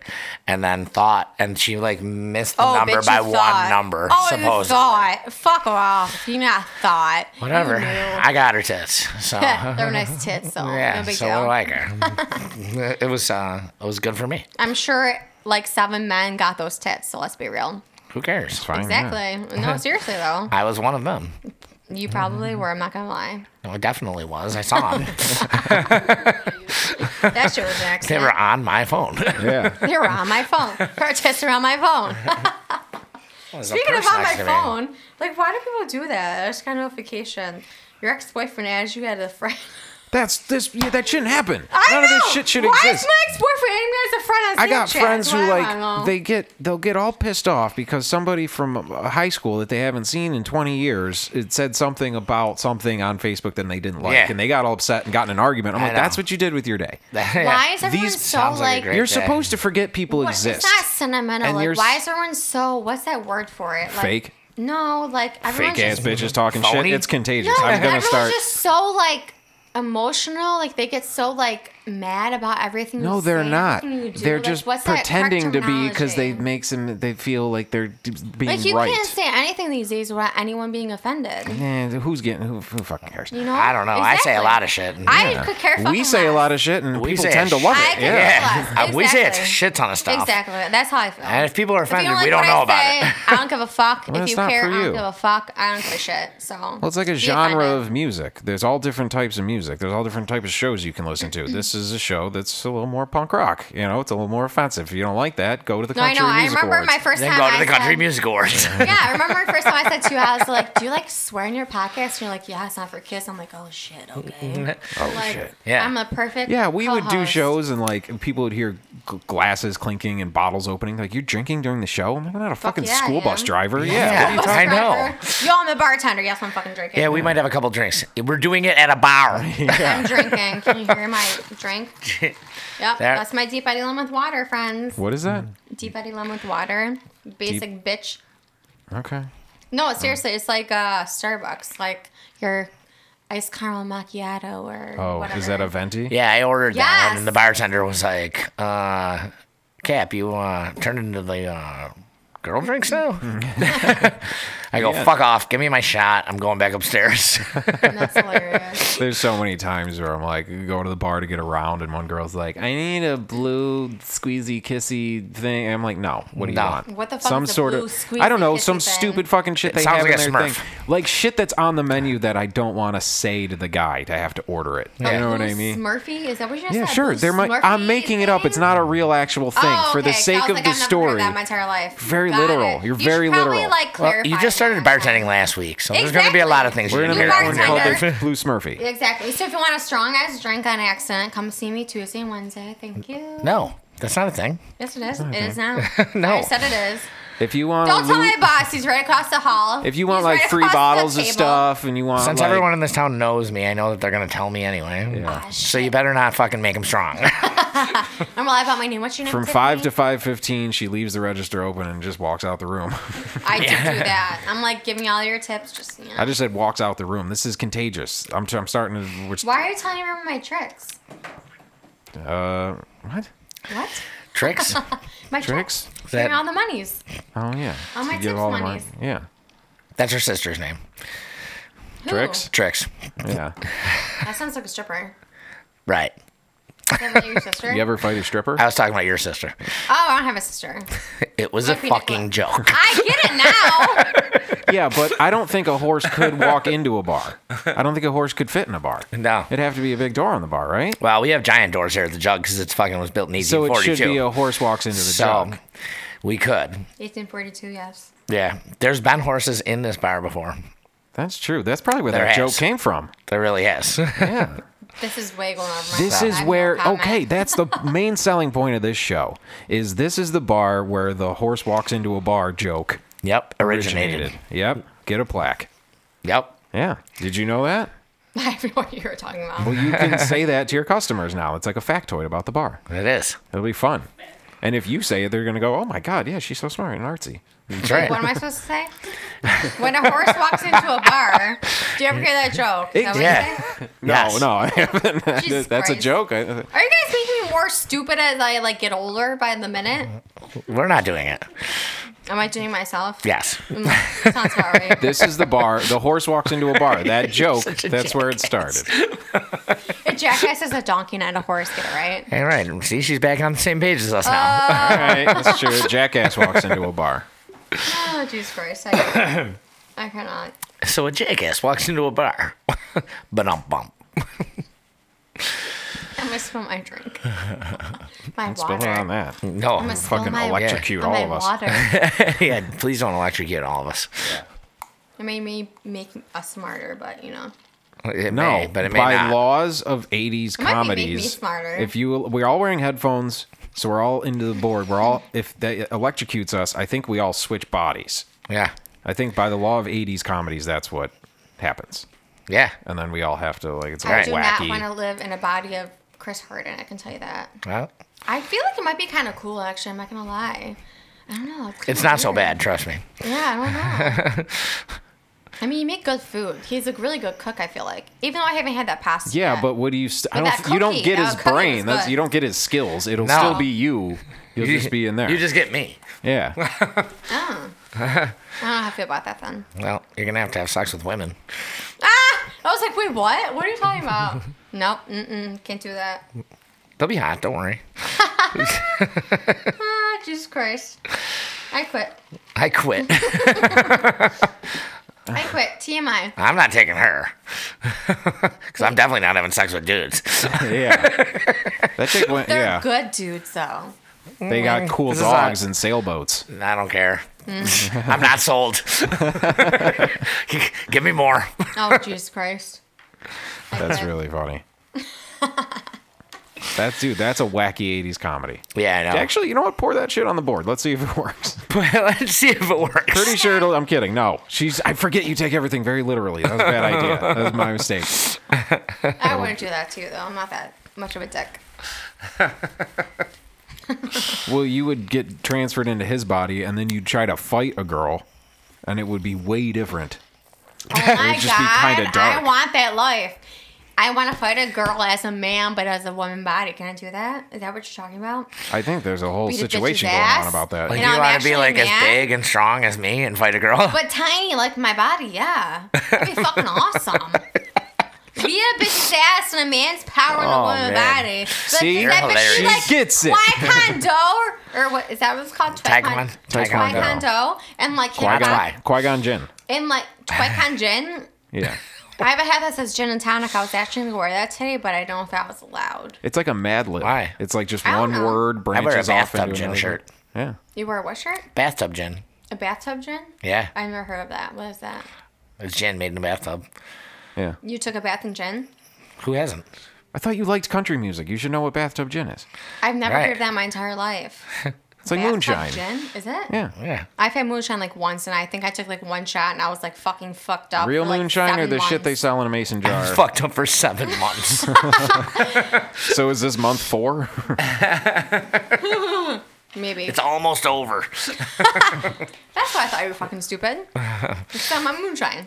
Speaker 4: and then thought, and she like missed the
Speaker 3: oh,
Speaker 4: number
Speaker 3: bitch,
Speaker 4: by
Speaker 3: you
Speaker 4: one
Speaker 3: thought.
Speaker 4: number.
Speaker 3: Oh, you
Speaker 4: supposedly.
Speaker 3: thought. Fuck off. You not thought. You
Speaker 4: Whatever.
Speaker 3: knew.
Speaker 4: I got her tits. So
Speaker 3: They're nice tits, so
Speaker 4: yeah.
Speaker 3: no big
Speaker 4: so
Speaker 3: deal.
Speaker 4: I like her. it was uh, it was good for me.
Speaker 3: I'm sure like seven men got those tits. So let's be real.
Speaker 4: Who cares?
Speaker 2: Fine, yeah.
Speaker 3: Exactly. No, seriously though,
Speaker 4: I was one of them.
Speaker 3: you probably were. I'm not gonna lie.
Speaker 4: No, I definitely was. I saw them.
Speaker 3: That shit was an
Speaker 4: they
Speaker 3: accident.
Speaker 4: were on my phone.
Speaker 2: Yeah.
Speaker 3: They were on my phone. Her tits are on my phone. Speaking of on my phone, like why do people do that? I just got a notification. Your ex-boyfriend added you had a friend.
Speaker 2: That's this. Yeah, that shouldn't happen.
Speaker 3: I
Speaker 2: None of
Speaker 3: know!
Speaker 2: this shit should
Speaker 3: why
Speaker 2: exist.
Speaker 3: is my ex-boyfriend adding me as a friend on Snapchat?
Speaker 2: I got friends
Speaker 3: That's
Speaker 2: who
Speaker 3: what I
Speaker 2: like
Speaker 3: wanna
Speaker 2: they
Speaker 3: know.
Speaker 2: get they'll get all pissed off because somebody from uh, high school that they haven't seen in 20 years it said something about something on Facebook that they didn't like
Speaker 4: Yeah.
Speaker 2: and they got all upset and got in an argument. I'm
Speaker 4: I
Speaker 2: like, that's
Speaker 4: know.
Speaker 2: what you did with your day.
Speaker 3: Why is everyone
Speaker 2: These
Speaker 3: so
Speaker 4: sounds like a
Speaker 3: like?
Speaker 4: great-
Speaker 2: You're
Speaker 4: day.
Speaker 2: supposed to forget people
Speaker 3: what-
Speaker 2: exist.
Speaker 3: It's not sentimental.
Speaker 2: And you're
Speaker 3: Like,
Speaker 2: s-
Speaker 3: why is everyone so? What's that word for it? Like,
Speaker 2: Fake?
Speaker 3: No, like everyone's
Speaker 2: Fake ass
Speaker 3: just,
Speaker 2: bitches talking
Speaker 4: Phony?
Speaker 2: shit. It's
Speaker 3: No,
Speaker 2: contagious. I'm gonna
Speaker 3: everyone's
Speaker 2: start.
Speaker 3: just so like emotional. Like they get so like mad about everything. you
Speaker 2: No, they're
Speaker 3: say,
Speaker 2: not.
Speaker 3: everything you do.
Speaker 2: They're
Speaker 3: Like,
Speaker 2: just
Speaker 3: what's that
Speaker 2: pretending to be because they
Speaker 3: terminology?
Speaker 2: makes them. They feel like they're d- being
Speaker 3: like you
Speaker 2: right.
Speaker 3: can't say anything these days without anyone being offended.
Speaker 2: Eh, who's getting who? Who fucking cares?
Speaker 3: You know?
Speaker 4: I don't know. I say a
Speaker 3: Exactly.
Speaker 4: lot of shit.
Speaker 3: I could care.
Speaker 2: we say a lot of shit, and
Speaker 4: We
Speaker 2: people
Speaker 4: say a
Speaker 2: tend to love
Speaker 3: I
Speaker 2: it.
Speaker 3: could
Speaker 2: Yeah.
Speaker 3: care
Speaker 4: Yeah.
Speaker 3: less.
Speaker 4: We say a
Speaker 3: Exactly.
Speaker 4: shit ton of stuff.
Speaker 3: Exactly. That's how I feel.
Speaker 4: And if people are
Speaker 3: If you
Speaker 4: offended,
Speaker 3: like
Speaker 4: we don't
Speaker 3: what
Speaker 4: know
Speaker 3: I
Speaker 4: about
Speaker 3: say,
Speaker 4: it.
Speaker 3: I don't give a fuck.
Speaker 2: Well,
Speaker 3: if
Speaker 2: it's
Speaker 3: you
Speaker 2: not
Speaker 3: care,
Speaker 2: for
Speaker 3: I don't
Speaker 2: you.
Speaker 3: give a fuck. I don't give a shit. So
Speaker 2: Well, it's like a genre of music. There's all different types of music. There's all different types of shows you can listen to. this is a show that's a little more punk rock. You know, it's a little more offensive. If you don't like that, go to the
Speaker 3: No, I
Speaker 2: country
Speaker 3: know. I
Speaker 2: music
Speaker 3: remember
Speaker 2: awards.
Speaker 3: my first
Speaker 4: Then
Speaker 3: time.
Speaker 4: go to the
Speaker 3: I
Speaker 4: country
Speaker 3: said-
Speaker 4: music awards.
Speaker 3: Yeah, I remember my first time I said to you, I was like, "Do you like swear in your podcast?" And you're like, "Yeah, it's not for kids." I'm like, "Oh shit, okay."
Speaker 2: oh
Speaker 3: like,
Speaker 2: shit.
Speaker 4: Mm-hmm. Yeah.
Speaker 3: I'm a perfect.
Speaker 2: Yeah, we would do
Speaker 3: co-host.
Speaker 2: shows and like people would hear g- glasses clinking and bottles opening. Like you're drinking during the show. I'm like, I'm not a fucking
Speaker 3: yeah, I
Speaker 2: school bus
Speaker 3: am.
Speaker 2: driver. Yeah,
Speaker 4: Yeah.
Speaker 2: what are you
Speaker 3: Bus
Speaker 2: talking
Speaker 4: I know.
Speaker 3: driver. Yo, I'm a bartender. Yes, I'm fucking drinking.
Speaker 4: Yeah, we might have a couple drinks. We're doing it at a bar.
Speaker 3: I'm drinking. Can you hear my drink? yep, that's my deep Eddy lemon with water, friends.
Speaker 2: What is that?
Speaker 3: Deep Eddy lemon with water. Basic bitch.
Speaker 2: Okay.
Speaker 3: No, seriously, it's like uh, Starbucks, like your iced caramel macchiato or.
Speaker 2: Oh,
Speaker 3: whatever.
Speaker 2: is that a venti?
Speaker 4: Yeah, I ordered that one,
Speaker 3: Yes.
Speaker 4: and the bartender was like, uh, "Cap, you uh, turned into the uh, girl drinks now."
Speaker 2: Mm-hmm.
Speaker 4: I go, "Fuck off! Give me my shot. I'm going back upstairs."
Speaker 3: And That's hilarious.
Speaker 2: There's so many times where I'm like going to the bar to get around, and one girl's like, "I need a blue squeezy kissy thing." I'm like, "No, what do
Speaker 4: No.
Speaker 2: you want?
Speaker 3: What the fuck
Speaker 2: Some
Speaker 3: is a
Speaker 2: sort
Speaker 3: blue
Speaker 2: of
Speaker 3: squeezy
Speaker 2: I don't know,
Speaker 3: kissy
Speaker 2: some
Speaker 3: thing?
Speaker 2: stupid fucking shit they
Speaker 4: sounds
Speaker 2: have
Speaker 4: like
Speaker 2: in
Speaker 4: a
Speaker 2: their
Speaker 4: Smurf.
Speaker 2: thing, like shit that's on the menu that I don't want to say to the guy to have to order it. You know what I
Speaker 3: Blue
Speaker 2: mean?
Speaker 3: Smurfy? Is that what you just
Speaker 2: Yeah,
Speaker 3: said?
Speaker 2: sure.
Speaker 3: Blue
Speaker 2: There might I'm
Speaker 3: Smurfy
Speaker 2: making it up. It's
Speaker 3: thing?
Speaker 2: not a real actual thing
Speaker 3: Oh,
Speaker 2: for the
Speaker 3: okay. 'cause I
Speaker 2: sake
Speaker 3: was
Speaker 2: of
Speaker 3: like,
Speaker 2: the
Speaker 3: I've never heard
Speaker 2: story.
Speaker 3: that my entire life.
Speaker 2: Very
Speaker 3: Got
Speaker 2: literal.
Speaker 3: it.
Speaker 2: You're
Speaker 3: You
Speaker 2: very
Speaker 3: should probably,
Speaker 2: literal.
Speaker 3: Like,
Speaker 4: well, you
Speaker 3: clarify
Speaker 4: just started
Speaker 3: that.
Speaker 4: bartending last week, so there's going to be a lot of things
Speaker 2: We're
Speaker 4: you're
Speaker 2: gonna
Speaker 4: going
Speaker 3: You
Speaker 4: to
Speaker 2: make
Speaker 3: guys
Speaker 2: one
Speaker 4: learn.
Speaker 3: bartender.
Speaker 2: called
Speaker 3: are-
Speaker 2: the Blue Smurfy.
Speaker 3: Exactly. So if you want a strong ass drink on accent, come see me Tuesday and Wednesday. Thank you.
Speaker 4: No, that's not a thing.
Speaker 3: Yes, it is. It is now.
Speaker 4: No.
Speaker 3: I said it is.
Speaker 2: If you want,
Speaker 3: Don't tell
Speaker 2: loo-
Speaker 3: my boss. He's right across the hall.
Speaker 2: if you want
Speaker 3: He's
Speaker 2: like
Speaker 3: right
Speaker 2: free
Speaker 3: across the
Speaker 2: bottles of
Speaker 3: table.
Speaker 2: stuff, and you want
Speaker 4: Since
Speaker 2: like,
Speaker 4: everyone in this town knows me, I know that they're going to tell me anyway.
Speaker 2: Yeah.
Speaker 3: Ah,
Speaker 4: So
Speaker 3: shit.
Speaker 4: you better not fucking make them strong.
Speaker 3: I'm all about my name. What's your name?
Speaker 2: From
Speaker 3: Tiffany?
Speaker 2: five to five fifteen, she leaves the register open and just walks out the room.
Speaker 3: I do do that. I'm like giving you all your tips. Just you know.
Speaker 2: I just said walks out the room. This is contagious. I'm, t- I'm starting to. Which,
Speaker 3: Why are you telling everyone my tricks?
Speaker 2: Uh, what
Speaker 3: What?
Speaker 4: Tricks?
Speaker 3: My
Speaker 2: tricks?
Speaker 3: Give
Speaker 4: That-
Speaker 3: me all the monies.
Speaker 2: Oh yeah.
Speaker 3: All
Speaker 2: To
Speaker 3: my
Speaker 2: give the
Speaker 3: tips monies.
Speaker 2: money. Yeah.
Speaker 4: That's her sister's name.
Speaker 3: Who?
Speaker 2: Tricks?
Speaker 4: Tricks.
Speaker 2: Yeah.
Speaker 3: That sounds like a stripper.
Speaker 4: Right.
Speaker 3: Is that really your sister?
Speaker 2: You ever fight a stripper?
Speaker 4: I was talking about your sister.
Speaker 3: Oh, I don't have a sister.
Speaker 4: It was a
Speaker 3: Might be Nicola.
Speaker 4: fucking joke.
Speaker 3: I get it now.
Speaker 2: yeah, but I don't think a horse could walk into a bar. I don't think a horse could fit in a bar.
Speaker 4: No.
Speaker 2: It'd have to be a big door on the bar, right?
Speaker 4: Well, we have giant doors here at the jug because it's fucking was built in 1842.
Speaker 2: So it should be a horse walks into the
Speaker 4: so
Speaker 2: jug.
Speaker 4: we could.
Speaker 3: 1842. Yes.
Speaker 4: Yeah. There's been horses in this bar before.
Speaker 2: That's true. That's probably where
Speaker 4: There
Speaker 2: that
Speaker 4: has.
Speaker 2: joke came from.
Speaker 4: There really is.
Speaker 2: Yeah.
Speaker 3: This is way going over my
Speaker 2: This
Speaker 3: head. I
Speaker 2: is
Speaker 3: have no
Speaker 2: where
Speaker 3: comment.
Speaker 2: okay, that's the main selling point of this show. Is this is the bar where the horse walks into a bar joke
Speaker 4: yep. Originated.
Speaker 2: Yep. Get a plaque.
Speaker 4: Yep.
Speaker 2: Yeah. Did you know that?
Speaker 3: I have no idea what you were talking about.
Speaker 2: Well, you can say that to your customers now. It's like a factoid about the bar.
Speaker 4: It is.
Speaker 2: It'll be fun. And if you say it, they're going to go, "Oh my god, yeah, she's so smart and artsy."
Speaker 4: That's
Speaker 3: Like,
Speaker 4: right.
Speaker 3: what am I supposed to say? When a horse walks into a bar, do you ever hear that joke? Is that what you
Speaker 4: Yeah.
Speaker 3: say?
Speaker 2: No,
Speaker 4: Yes.
Speaker 2: no, I haven't.
Speaker 3: Jesus
Speaker 2: that's a
Speaker 3: Christ.
Speaker 2: joke. I-
Speaker 3: Are you guys making me more stupid as I like get older by the minute?
Speaker 4: We're not doing it.
Speaker 3: Am I doing myself?
Speaker 4: Yes.
Speaker 3: Mm, Sounds about right.
Speaker 2: This is the bar. The horse walks into a bar. That joke.
Speaker 4: such a
Speaker 2: That's where it started.
Speaker 3: A jackass is a donkey, not a horse. Get it right?
Speaker 4: All right. See, she's back on the same page as us now.
Speaker 3: Uh,
Speaker 2: All right, that's true. A Jackass walks into a bar.
Speaker 3: Oh, Jesus Christ! I, I cannot.
Speaker 4: so a jackass walks into a bar. but um bump.
Speaker 3: I'm gonna spill my drink. My
Speaker 2: Spill it
Speaker 3: water.
Speaker 2: on that.
Speaker 4: No.
Speaker 3: I'm gonna spill
Speaker 2: Fucking
Speaker 3: my,
Speaker 2: electrocute
Speaker 3: on
Speaker 2: all
Speaker 3: my
Speaker 2: of us.
Speaker 3: Water.
Speaker 4: yeah. Please don't electrocute all of us.
Speaker 3: It made me make us smarter, but you know.
Speaker 4: It
Speaker 2: No,
Speaker 4: may, but it may
Speaker 2: by
Speaker 4: not.
Speaker 2: laws of '80s
Speaker 3: might be make me
Speaker 2: comedies,
Speaker 3: smarter.
Speaker 2: if you we're all wearing headphones, so we're all into the board. We're all if that electrocutes us, I think we all switch bodies.
Speaker 4: Yeah.
Speaker 2: I think by the law of '80s comedies, that's what happens,
Speaker 4: Yeah.
Speaker 2: and then we all have to like it's all
Speaker 3: I
Speaker 2: right.
Speaker 3: do
Speaker 2: wacky.
Speaker 3: not want to live in a body of Chris Harden. I can tell you that.
Speaker 4: Well,
Speaker 3: I feel like it might be kind of cool, actually. I'm not gonna lie. I don't know.
Speaker 4: it's not so
Speaker 3: kinda
Speaker 4: bad. Trust me.
Speaker 3: weird. Yeah, I don't know. I mean, you make good food. He's a really good cook. I feel like, even though I haven't had that pasta.
Speaker 2: Yeah,
Speaker 3: yet.
Speaker 2: but what do you? St- I
Speaker 3: But
Speaker 2: don't.
Speaker 3: that
Speaker 2: you don't
Speaker 3: cookie,
Speaker 2: get
Speaker 3: that
Speaker 2: his
Speaker 3: cookie was
Speaker 2: brain. That's
Speaker 3: good.
Speaker 2: you don't get his skills. It'll
Speaker 4: No.
Speaker 2: still be you. You'll just be in there.
Speaker 4: You just get me.
Speaker 2: yeah.
Speaker 3: I don't know how I feel about that then.
Speaker 4: Well, you're gonna have to have sex with women.
Speaker 3: Ah! I was like, wait, what? What are you talking about? nope. Mm-mm. Can't do that.
Speaker 4: They'll be hot. Don't worry.
Speaker 3: Ah, Jesus Christ. I quit.
Speaker 4: I quit.
Speaker 3: I quit. TMI.
Speaker 4: I'm not taking her because I'm definitely not having sex with dudes.
Speaker 2: yeah. That chick went.
Speaker 3: They're
Speaker 2: yeah.
Speaker 3: good dudes, though.
Speaker 2: They got cool
Speaker 4: This is odd.
Speaker 2: dogs and sailboats.
Speaker 4: I don't care.
Speaker 2: Mm.
Speaker 4: I'm not sold. Give me more.
Speaker 3: Oh, Jesus Christ. I
Speaker 2: That's
Speaker 3: quit.
Speaker 2: really funny. That's dude. That's a wacky '80s comedy.
Speaker 4: Yeah, I know.
Speaker 2: Actually, you know what? Pour that shit on the board. Let's see if it works.
Speaker 4: let's see if it works.
Speaker 2: Pretty sure it'll. I'm kidding. No, she's. I forget you take everything very literally. That was a bad idea. That was my mistake.
Speaker 3: I wouldn't do that to you, though. I'm not that much of a dick.
Speaker 2: Well, you would get transferred into his body, and then you'd try to fight a girl, and it would be way different.
Speaker 3: Oh my
Speaker 2: just be kinda
Speaker 3: God. I
Speaker 2: dark.
Speaker 3: want that life. I want to fight a girl as a man, but as a woman body. Can I do that? Is that what you're talking about?
Speaker 2: I think there's a whole
Speaker 3: Beat a bitch's
Speaker 2: situation going
Speaker 3: ass?
Speaker 2: on about that.
Speaker 4: Like
Speaker 3: You know,
Speaker 4: you
Speaker 3: I'm
Speaker 4: want to be
Speaker 3: actually
Speaker 4: like as
Speaker 3: mad.
Speaker 4: big and strong as me and fight a girl?
Speaker 3: But tiny, like my body, yeah. That'd be fucking awesome. Be a bitch's ass and a man's power in
Speaker 4: Oh,
Speaker 3: a woman's
Speaker 4: man.
Speaker 3: body. Like,
Speaker 2: See?
Speaker 3: is
Speaker 2: You're
Speaker 3: that
Speaker 4: hilarious.
Speaker 3: bitch
Speaker 2: she
Speaker 4: She
Speaker 3: like
Speaker 2: gets it.
Speaker 3: Taekwondo, or what is that what it's called?
Speaker 4: Taekwondo.
Speaker 2: Taekwondo.
Speaker 3: Taekwondo. And like him,
Speaker 4: Qui-Gon.
Speaker 2: Qui Gon Jinn.
Speaker 3: and like Taekwondo gin.
Speaker 2: Yeah,
Speaker 3: I have a hat that says gin and tonic. I was actually gonna wear that today, but I don't know if that was allowed.
Speaker 2: it's like a Mad Lib.
Speaker 4: Why?
Speaker 2: It's like just
Speaker 3: I don't
Speaker 2: one
Speaker 3: know.
Speaker 2: word
Speaker 4: I wear a
Speaker 2: branches off into
Speaker 4: bathtub gin
Speaker 2: another
Speaker 4: shirt.
Speaker 2: Yeah,
Speaker 3: You wear a what shirt?
Speaker 4: Bathtub gin.
Speaker 3: A bathtub gin?
Speaker 4: Yeah,
Speaker 3: I've never heard of that. What is that?
Speaker 4: it's gin made in a bathtub.
Speaker 2: yeah.
Speaker 3: You took a bath in gin?
Speaker 4: Who hasn't?
Speaker 2: I thought you liked country music. You should know what bathtub gin is.
Speaker 3: I've never
Speaker 4: Right.
Speaker 3: heard of that in my entire life.
Speaker 2: It's like
Speaker 3: Bathtub
Speaker 2: moonshine.
Speaker 3: gin? Is it?
Speaker 2: Yeah.
Speaker 4: Yeah.
Speaker 3: I've had moonshine like once, and I think I took like one shot, and I was like fucking fucked up.
Speaker 2: Real
Speaker 3: for, like,
Speaker 2: moonshine or
Speaker 3: seven
Speaker 2: the shit they
Speaker 3: months.
Speaker 2: sell in a mason jar?
Speaker 4: Fucked up for seven months.
Speaker 2: so is this month four?
Speaker 3: Maybe
Speaker 4: it's almost over.
Speaker 3: that's why I thought you were fucking stupid. you sell my moonshine.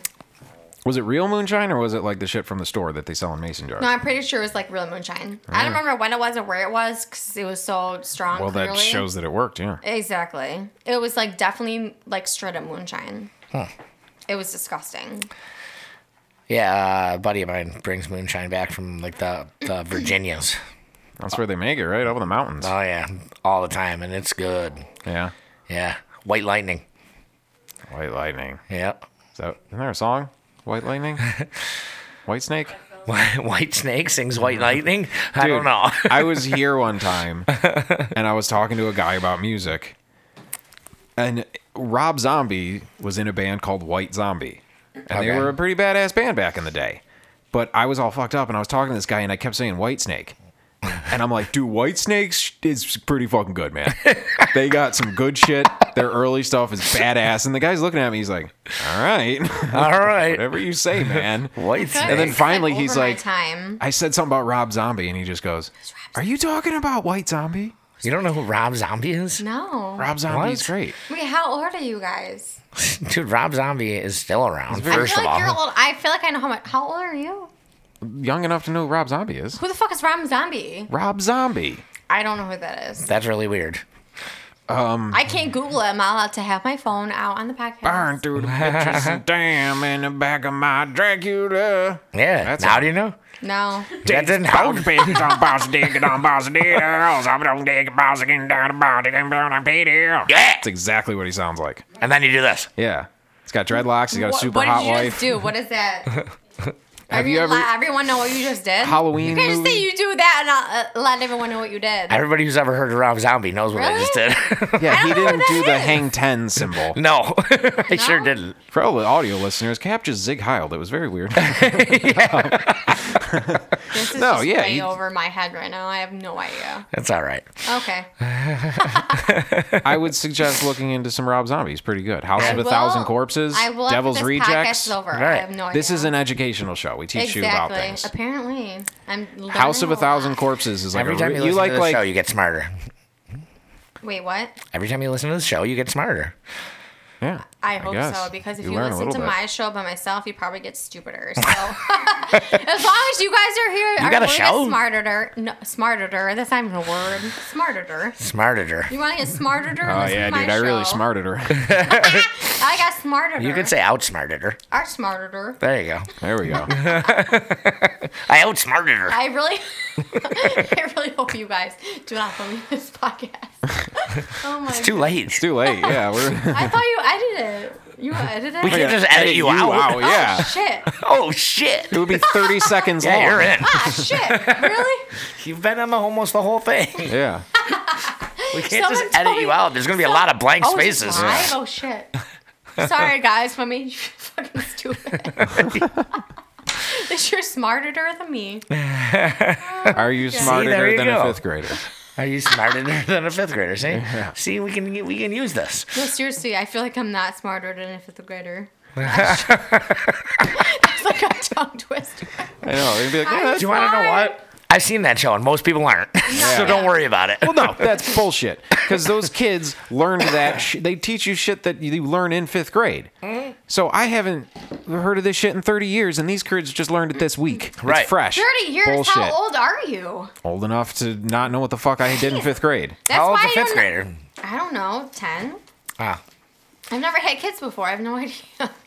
Speaker 2: was it real moonshine or was it like the shit from the store that they sell in mason jars?
Speaker 3: No, I'm pretty sure it was like real moonshine. I don't remember when it was or where it was because it was so strong.
Speaker 2: well, that
Speaker 3: clearly.
Speaker 2: shows that it worked. Yeah.
Speaker 3: exactly. It was like definitely like straight up moonshine. It was disgusting.
Speaker 4: Yeah, a buddy of mine brings moonshine back from like the, the Virginias.
Speaker 2: That's where they make it, right? Up in the mountains.
Speaker 4: Oh yeah, all the time, and it's good.
Speaker 2: yeah.
Speaker 4: Yeah, White Lightning.
Speaker 2: White Lightning.
Speaker 4: Yep.
Speaker 2: Is that, isn't there a song? White Lightning? White Snake?
Speaker 4: Wh- White Snake sings White Lightning. I don't
Speaker 2: Dude,
Speaker 4: know.
Speaker 2: I was here one time and I was talking to a guy about music. And Rob Zombie was in a band called White Zombie. And they
Speaker 4: Okay.
Speaker 2: were a pretty badass band back in the day. But I was all fucked up and I was talking to this guy and I kept saying White Snake. And I'm like, dude, White Snakes is pretty fucking good, man. They got some good shit. Their early stuff is badass. And the guy's looking at me, he's like, all right.
Speaker 4: All right.
Speaker 2: Whatever you say, man.
Speaker 4: White Snake.
Speaker 2: And then
Speaker 3: It's,
Speaker 2: finally
Speaker 3: over
Speaker 2: he's
Speaker 3: my
Speaker 2: like-
Speaker 3: time.
Speaker 2: I said something about Rob Zombie, and he just goes, "Are you talking about White Zombie?
Speaker 4: You don't know who Rob Zombie is?
Speaker 3: No.
Speaker 2: Rob Zombie's
Speaker 4: What?
Speaker 2: great.
Speaker 3: Wait, how old are you guys?
Speaker 4: Dude, Rob Zombie is still around.
Speaker 3: I
Speaker 4: First of
Speaker 3: feel like
Speaker 4: all,
Speaker 3: you're old. I feel like I know how much. How old are you?
Speaker 2: Young enough to know who Rob Zombie is.
Speaker 3: Who the fuck is Rob Zombie?
Speaker 2: Rob Zombie.
Speaker 3: I don't know who that is.
Speaker 4: that's really weird.
Speaker 3: I can't Google it. I'm not allowed to have my phone out on the podcast.
Speaker 2: Mm-hmm. Burn through the bitches and damn in the back of my Dracula.
Speaker 4: Yeah.
Speaker 2: That's
Speaker 4: now
Speaker 2: all.
Speaker 4: do you know?
Speaker 3: No.
Speaker 4: That didn't help.
Speaker 5: bitch on boss dick on boss dick girls. I'm on dick boss again down the body and down on Peter.
Speaker 4: Yeah.
Speaker 2: That's exactly what he sounds like.
Speaker 4: And then you do this.
Speaker 2: Yeah, he's got dreadlocks. He's got a
Speaker 3: What-
Speaker 2: super
Speaker 3: what
Speaker 2: hot
Speaker 3: did you
Speaker 2: wife.
Speaker 3: just do? What is that?
Speaker 2: Have
Speaker 3: Everyone
Speaker 2: you ever
Speaker 3: let everyone know what you just did?
Speaker 2: Halloween
Speaker 3: You can't just say
Speaker 2: movie?
Speaker 3: you do that and not uh, let everyone know what you did.
Speaker 4: Everybody who's ever heard of Rob Zombie knows what I
Speaker 3: Really?
Speaker 4: just did.
Speaker 2: Yeah, he
Speaker 3: don't know who
Speaker 2: didn't do
Speaker 3: that
Speaker 2: the
Speaker 3: is.
Speaker 2: hang ten symbol.
Speaker 4: no, I sure
Speaker 3: No?
Speaker 4: didn't.
Speaker 2: For all the audio listeners, Cap just zig heiled. It was very weird.
Speaker 3: this is
Speaker 2: no,
Speaker 3: just
Speaker 2: yeah,
Speaker 3: way
Speaker 2: you-
Speaker 3: over my head right now. I have no idea.
Speaker 4: That's all right.
Speaker 3: Okay.
Speaker 2: I would suggest looking into some Rob Zombies. Pretty good. House
Speaker 3: I
Speaker 2: of a
Speaker 3: will-
Speaker 2: Thousand Corpses,
Speaker 3: I will after
Speaker 2: Devil's
Speaker 3: this Podcast
Speaker 2: Rejects.
Speaker 3: is over. I
Speaker 4: Right.
Speaker 3: have no idea.
Speaker 2: This is an educational show. We teach you about
Speaker 3: exactly.
Speaker 2: things.
Speaker 3: Apparently, I'm learning
Speaker 2: House of a Thousand
Speaker 3: lot.
Speaker 2: Corpses is like
Speaker 4: Every
Speaker 2: a
Speaker 4: time
Speaker 2: re-
Speaker 4: you listen
Speaker 2: like
Speaker 4: to the
Speaker 2: like
Speaker 4: show, you get smarter.
Speaker 3: Wait, what?
Speaker 4: Every time you listen to the show, you get smarter.
Speaker 2: yeah.
Speaker 3: I hope
Speaker 2: guess.
Speaker 3: so because if
Speaker 2: You
Speaker 3: you,
Speaker 2: learn a
Speaker 3: listen
Speaker 2: little
Speaker 3: to
Speaker 2: bit.
Speaker 3: my show by myself, you probably get stupider. So as long as you guys are here,
Speaker 4: You got a show?
Speaker 3: Smarter, no, smarter. That's not even a word. Smarter.
Speaker 4: Smarter.
Speaker 3: You want to get smarter?
Speaker 2: Oh yeah, dude, I really smarted her.
Speaker 3: I got smarter.
Speaker 4: You could say outsmarted her.
Speaker 3: I smarter.
Speaker 4: There you go.
Speaker 2: There we go.
Speaker 4: I outsmarted her.
Speaker 3: I really, I really hope you guys do not believe this podcast. oh my!
Speaker 4: Too late.
Speaker 2: Too late. Yeah, we're
Speaker 3: I thought you edited it. You edited it.
Speaker 4: We can't just edit you, out.
Speaker 2: wow.
Speaker 3: Oh
Speaker 2: Yeah,
Speaker 3: shit!
Speaker 4: Oh shit.
Speaker 2: it would be thirty seconds long.
Speaker 4: Yeah, you're in.
Speaker 3: Ah shit! Really?
Speaker 4: You've been on the almost the whole thing.
Speaker 2: Yeah.
Speaker 4: We can't
Speaker 3: Someone
Speaker 4: just edit
Speaker 3: told
Speaker 4: you
Speaker 3: me-
Speaker 4: out. There's gonna be a lot of blank
Speaker 3: Oh, is it
Speaker 4: spaces.
Speaker 3: live? Oh shit. Sorry guys, if I made you fucking stupid. This you're smarter than me.
Speaker 2: Are you
Speaker 4: there
Speaker 2: smarter
Speaker 4: you
Speaker 2: than
Speaker 4: go.
Speaker 2: a fifth grader?
Speaker 4: Are you smarter than a fifth grader? See, see, we can we can use this.
Speaker 3: No, seriously, I feel like I'm not smarter than a fifth grader. It's like a tongue twister.
Speaker 2: I know. You'd be like, oh, that's
Speaker 4: Do you want to know what? I've seen that show, and most people aren't. so don't worry about it.
Speaker 2: Well, no, that's bullshit. Because those kids learned that sh- they teach you shit that you learn in fifth grade.
Speaker 3: Mm-hmm.
Speaker 2: So I haven't heard of this shit in thirty years, and these kids just learned it this week.
Speaker 4: Right.
Speaker 2: it's fresh.
Speaker 3: Thirty years.
Speaker 2: Bullshit.
Speaker 3: How old are you?
Speaker 2: Old enough to not know what the fuck I did in fifth grade.
Speaker 3: That's
Speaker 4: How old's a
Speaker 3: I
Speaker 4: fifth
Speaker 3: don't-
Speaker 4: grader?
Speaker 3: I don't know. Ten.
Speaker 4: Ah,
Speaker 3: I've never had kids before. I have no idea.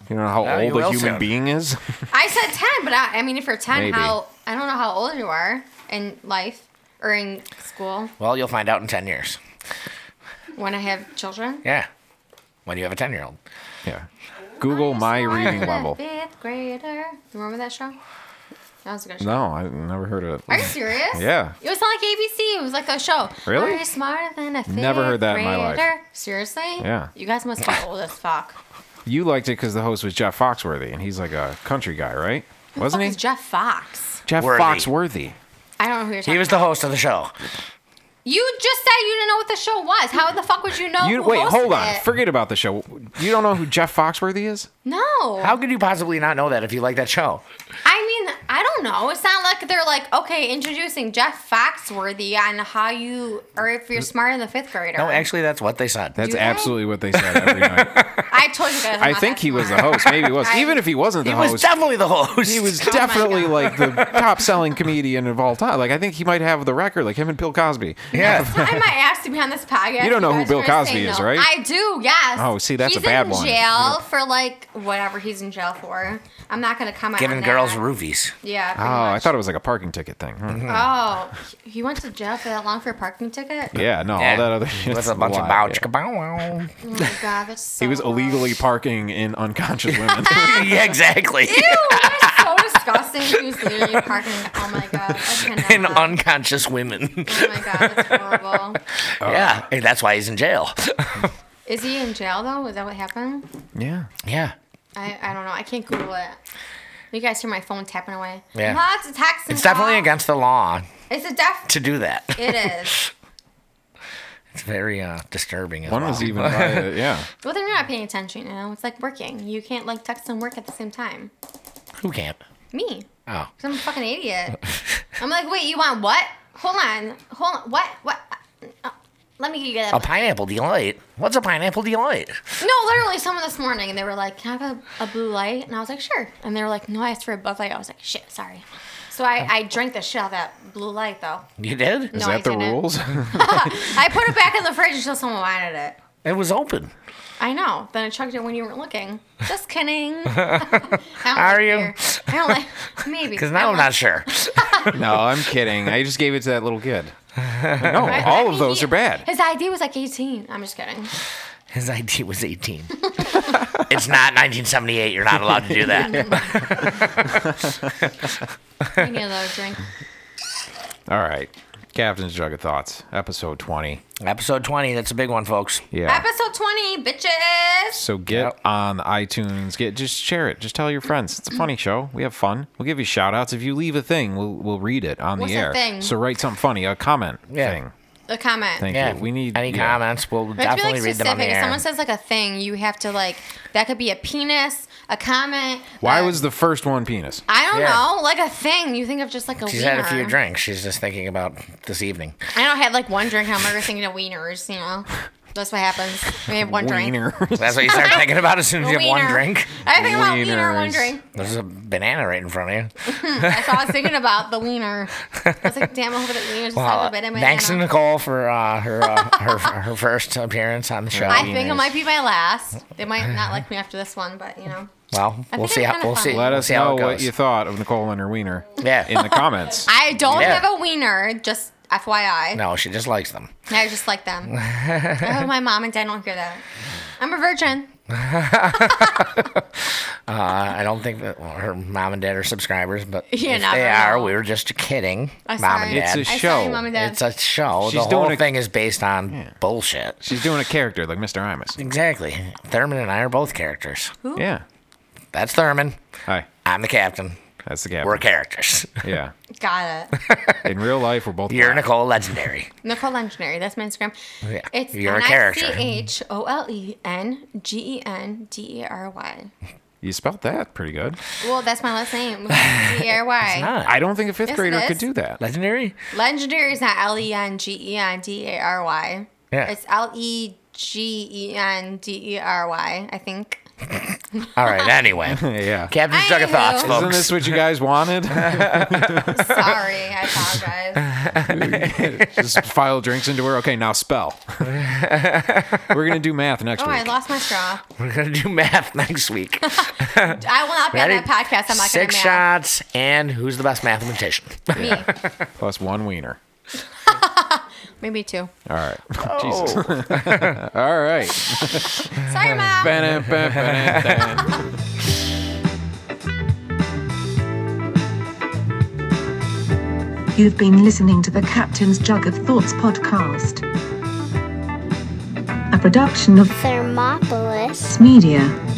Speaker 2: You know how
Speaker 4: Yeah, you
Speaker 2: old a
Speaker 4: will
Speaker 2: human
Speaker 4: soon.
Speaker 2: being is?
Speaker 3: I said ten, but I, I mean, if you're ten,
Speaker 2: Maybe.
Speaker 3: how I don't know how old you are in life or in school
Speaker 4: well, you'll find out in ten years.
Speaker 3: when I have children.
Speaker 4: Yeah, when you have a ten-year-old.
Speaker 2: yeah. Google oh, my reading level.
Speaker 3: Fifth grader. You remember that show? That was a good show.
Speaker 2: No, I've never heard of
Speaker 3: Are you
Speaker 2: it.
Speaker 3: serious?
Speaker 2: Yeah.
Speaker 3: It was not like ABC. It was like a show.
Speaker 2: Really?
Speaker 3: Are you smarter than a fifth
Speaker 2: Never heard that in my life.
Speaker 3: grader? Seriously?
Speaker 2: Yeah.
Speaker 3: You guys must be old as fuck.
Speaker 2: You liked it because the host was Jeff Foxworthy, and he's like a country guy, right?
Speaker 3: Who the
Speaker 2: Wasn't
Speaker 3: fuck
Speaker 2: he?
Speaker 3: Is Jeff Fox.
Speaker 2: Jeff
Speaker 4: Worthy.
Speaker 2: Foxworthy.
Speaker 3: I don't know who you're talking
Speaker 4: He was the
Speaker 3: about.
Speaker 4: host of the show.
Speaker 3: You just said you didn't know what the show was. How the fuck would you know?
Speaker 2: You
Speaker 3: Oh, who
Speaker 2: wait, hold
Speaker 3: hosted
Speaker 2: on.
Speaker 3: it?
Speaker 2: Forget about the show. You don't know who Jeff Foxworthy is?
Speaker 3: no.
Speaker 4: How could you possibly not know that if you like that show?
Speaker 3: I mean, I don't know. It's not like they're like, okay, introducing Jeff Foxworthy on how you, or if you're smarter than the fifth grader.
Speaker 4: No, actually, that's what they said.
Speaker 2: That's
Speaker 3: Do they?
Speaker 2: absolutely what they said every night.
Speaker 3: I told you guys. I'm
Speaker 2: I
Speaker 3: not
Speaker 2: think
Speaker 3: that
Speaker 2: he was the
Speaker 3: smart.
Speaker 2: host. Maybe he was.
Speaker 3: I-
Speaker 2: Even if he wasn't the
Speaker 4: he was
Speaker 2: host,
Speaker 4: definitely the host.
Speaker 2: he was
Speaker 3: Oh my
Speaker 2: definitely
Speaker 3: God.
Speaker 2: like the top selling comedian of all time. Like I think he might have the record, like him and Bill Cosby.
Speaker 4: Yeah.
Speaker 3: I might ask to be on this podcast.
Speaker 2: You don't know who
Speaker 3: guys
Speaker 2: Bill
Speaker 3: are gonna say
Speaker 2: Cosby is,
Speaker 3: no.
Speaker 2: right?
Speaker 3: I do. Yes.
Speaker 2: Oh, see, that's a
Speaker 3: He's
Speaker 2: bad
Speaker 3: in
Speaker 2: one.
Speaker 3: Jail for like whatever he's in jail for. I'm not gonna comment.
Speaker 4: Giving
Speaker 3: on
Speaker 4: girls
Speaker 3: that.
Speaker 4: roofies.
Speaker 3: Yeah.
Speaker 2: Oh, I thought it was like a parking ticket thing. Hmm.
Speaker 4: Mm-hmm.
Speaker 3: Oh, he went to jail for that long for a parking ticket.
Speaker 2: Yeah, no, all that other shit.
Speaker 4: That's a bunch of bow chicka bow wow.
Speaker 3: Oh my god, that's so.
Speaker 2: He was
Speaker 3: gross.
Speaker 2: illegally parking in unconscious women.
Speaker 4: yeah, exactly.
Speaker 3: Ew, that is so disgusting. He was literally parking. Oh my god, I cannot.
Speaker 4: And unconscious women.
Speaker 3: oh my god, that's horrible.
Speaker 2: Oh.
Speaker 4: yeah, and that's why he's in jail.
Speaker 3: Is he in jail though? Is that what happened?
Speaker 2: yeah.
Speaker 4: yeah.
Speaker 3: I, I don't know. I can't Google it. You guys hear my phone tapping away?
Speaker 4: Yeah.
Speaker 3: Lots of texts.
Speaker 4: It's definitely against the law
Speaker 3: It's a def.
Speaker 4: to do that.
Speaker 3: Uh-huh. It is.
Speaker 4: It's very uh, disturbing. As
Speaker 2: One
Speaker 4: well.
Speaker 2: was even by, yeah.
Speaker 3: Well, then you're not paying attention. You know, it's like working. You can't like text and work at the same time.
Speaker 2: e-
Speaker 4: Who can't?
Speaker 3: Me,
Speaker 4: Oh.
Speaker 3: 'Cause I'm a fucking idiot. I'm like, wait, you want what? Hold on, hold on. What? What? Uh, let me get you that.
Speaker 4: A pineapple delight. What's a pineapple delight?
Speaker 3: No, literally, someone this morning, and they were like, "Can I have a, a blue light?" And I was like, "Sure." And they were like, "No, I asked for a Bud Light." I was like, "Shit, sorry." So I, I drank the shit out of that blue light though.
Speaker 4: You did?
Speaker 2: Is
Speaker 3: No, I
Speaker 2: that the
Speaker 3: didn't.
Speaker 2: rules?
Speaker 3: I put it back in the fridge until someone wanted it.
Speaker 4: It was open.
Speaker 3: I know. Then I chugged it when you weren't looking. Just kidding. I don't
Speaker 4: Are
Speaker 3: like
Speaker 4: you?
Speaker 3: beer. I don't like maybe.
Speaker 4: Because now I'm not sure.
Speaker 2: no, I'm kidding. I just gave it to that little kid. No,
Speaker 3: I- I
Speaker 2: all of
Speaker 3: mean,
Speaker 2: those
Speaker 3: he-
Speaker 2: are bad.
Speaker 3: His ID was like 18. I'm just kidding.
Speaker 4: His ID was 18. it's not 1978. You're not allowed to do that.
Speaker 3: I need another drink.
Speaker 2: All right. Captain's Jug of Thoughts, episode 20.
Speaker 4: Episode 20. That's a big one, folks.
Speaker 2: Yeah.
Speaker 3: Episode 20, bitches.
Speaker 2: so get
Speaker 4: Yep.
Speaker 2: on iTunes. Get just share it. Just tell your friends. It's a funny show. We have fun. We'll give you shout outs. If you leave a thing, we'll we'll read it on
Speaker 3: What's
Speaker 2: the
Speaker 3: a
Speaker 2: air.
Speaker 3: thing?
Speaker 2: So write something funny, a comment
Speaker 4: Yeah.
Speaker 2: thing.
Speaker 3: A comment.
Speaker 2: Thank
Speaker 4: Yeah.
Speaker 2: you. We need
Speaker 4: any
Speaker 2: yeah.
Speaker 4: comments. We'll
Speaker 3: We have to be,
Speaker 4: definitely read them on the
Speaker 3: If
Speaker 4: air.
Speaker 3: someone says like a thing, you have to like that could be a penis, a comment.
Speaker 2: Why
Speaker 3: a-
Speaker 2: was the first one penis?
Speaker 3: I don't
Speaker 4: Yeah.
Speaker 3: know, like a thing. You think of just like a
Speaker 4: She's
Speaker 3: wiener.
Speaker 4: had a few drinks. She's just thinking about this evening.
Speaker 3: I don't had like one drink. and I'm already thinking of wieners. You know, That's what happens. We have one drink.
Speaker 2: Wiener.
Speaker 4: That's what you start thinking about as soon as you have one
Speaker 3: Wiener.
Speaker 4: drink.
Speaker 3: I think about wiener, one
Speaker 2: Wieners.
Speaker 3: drink. Hmm.
Speaker 4: There's a banana right in front of you.
Speaker 3: That's all I was thinking about, the wiener. I was like, damn, I hope that wiener's
Speaker 4: Well,
Speaker 3: wow.
Speaker 4: uh,
Speaker 3: bit in my
Speaker 4: thanks to
Speaker 3: hand.
Speaker 4: Nicole for uh, her, uh, her her first appearance on the show.
Speaker 3: I think it
Speaker 2: Wieners.
Speaker 3: might be my last. They might not like me after this one, but you know.
Speaker 4: Well,
Speaker 3: I
Speaker 4: we'll
Speaker 3: think
Speaker 4: see
Speaker 3: I'm
Speaker 4: how
Speaker 3: kinda
Speaker 4: we'll see.
Speaker 3: fine.
Speaker 2: Let
Speaker 4: we'll
Speaker 2: us
Speaker 4: see how
Speaker 2: know
Speaker 4: it
Speaker 2: what
Speaker 4: goes.
Speaker 2: you thought of Nicole and her wiener
Speaker 4: Yeah.
Speaker 2: in the comments.
Speaker 3: I don't
Speaker 4: Yeah.
Speaker 3: have a wiener, just FYI.
Speaker 4: No, she just likes them.
Speaker 3: I just like them. I hope my mom and dad don't hear that. I'm a virgin.
Speaker 4: Uh, I don't think that well, her mom and dad are subscribers, but
Speaker 3: You
Speaker 4: if
Speaker 3: never
Speaker 4: they are,
Speaker 3: know.
Speaker 4: we were just kidding.
Speaker 3: I'm
Speaker 4: mom
Speaker 3: Oh, sorry.
Speaker 4: and dad.
Speaker 2: It's
Speaker 3: I saw
Speaker 2: show.
Speaker 3: you, mom and dad.
Speaker 4: It's a show.
Speaker 2: She's
Speaker 4: the whole
Speaker 2: doing a-
Speaker 4: thing is based on bullshit.
Speaker 2: She's doing a character like Mr. Imus.
Speaker 4: Exactly. Thurman and I are both characters.
Speaker 2: Yeah.
Speaker 4: That's Thurman.
Speaker 2: Hi.
Speaker 4: I'm the captain.
Speaker 2: That's the gap.
Speaker 4: We're characters.
Speaker 2: Yeah.
Speaker 3: Got it.
Speaker 2: In real life, we're both.
Speaker 4: You're
Speaker 2: black.
Speaker 4: Nicole Legendary.
Speaker 3: Nicole Engineer. That's my Instagram.
Speaker 4: Yeah.
Speaker 3: It's
Speaker 4: You're a character.
Speaker 3: E N-I-C-H-O-L-E-N-G-E-N-D-E-R-Y.
Speaker 2: You spelt that pretty good.
Speaker 3: E Well, that's my last name. E D-E-R-Y.
Speaker 2: I don't think a fifth
Speaker 3: Yes, it
Speaker 2: grader
Speaker 3: is.
Speaker 2: could do that.
Speaker 4: Legendary?
Speaker 3: Legendary is not E L-E-N-G-E-N-D-A-R-Y.
Speaker 4: Yeah.
Speaker 3: E It's E L-E-G-E-N-D-E-R-Y, E I think.
Speaker 4: All right, anyway.
Speaker 2: Yeah.
Speaker 4: Captain's Jug of
Speaker 3: Anywho.
Speaker 4: Thoughts,
Speaker 3: Isn't
Speaker 2: Isn't
Speaker 4: folks.
Speaker 2: this what you guys wanted?
Speaker 3: Sorry, I apologize.
Speaker 2: Just file drinks into her. Okay, now spell. We're gonna do math next
Speaker 3: Oh,
Speaker 2: week.
Speaker 3: I lost my straw.
Speaker 4: We're going to do math next week.
Speaker 3: I will not be on
Speaker 4: Ready?
Speaker 3: that podcast. I'm not going
Speaker 4: Six
Speaker 3: to math.
Speaker 4: shots, and who's the best mathematician?
Speaker 3: Me.
Speaker 2: Plus one wiener.
Speaker 3: Maybe two.
Speaker 2: All right.
Speaker 4: Oh.
Speaker 2: Jesus. All right.
Speaker 3: Sorry, Mom.
Speaker 1: You've been listening to the Captain's Jug of Thoughts podcast, a production of
Speaker 6: Thermopolis.
Speaker 1: Media.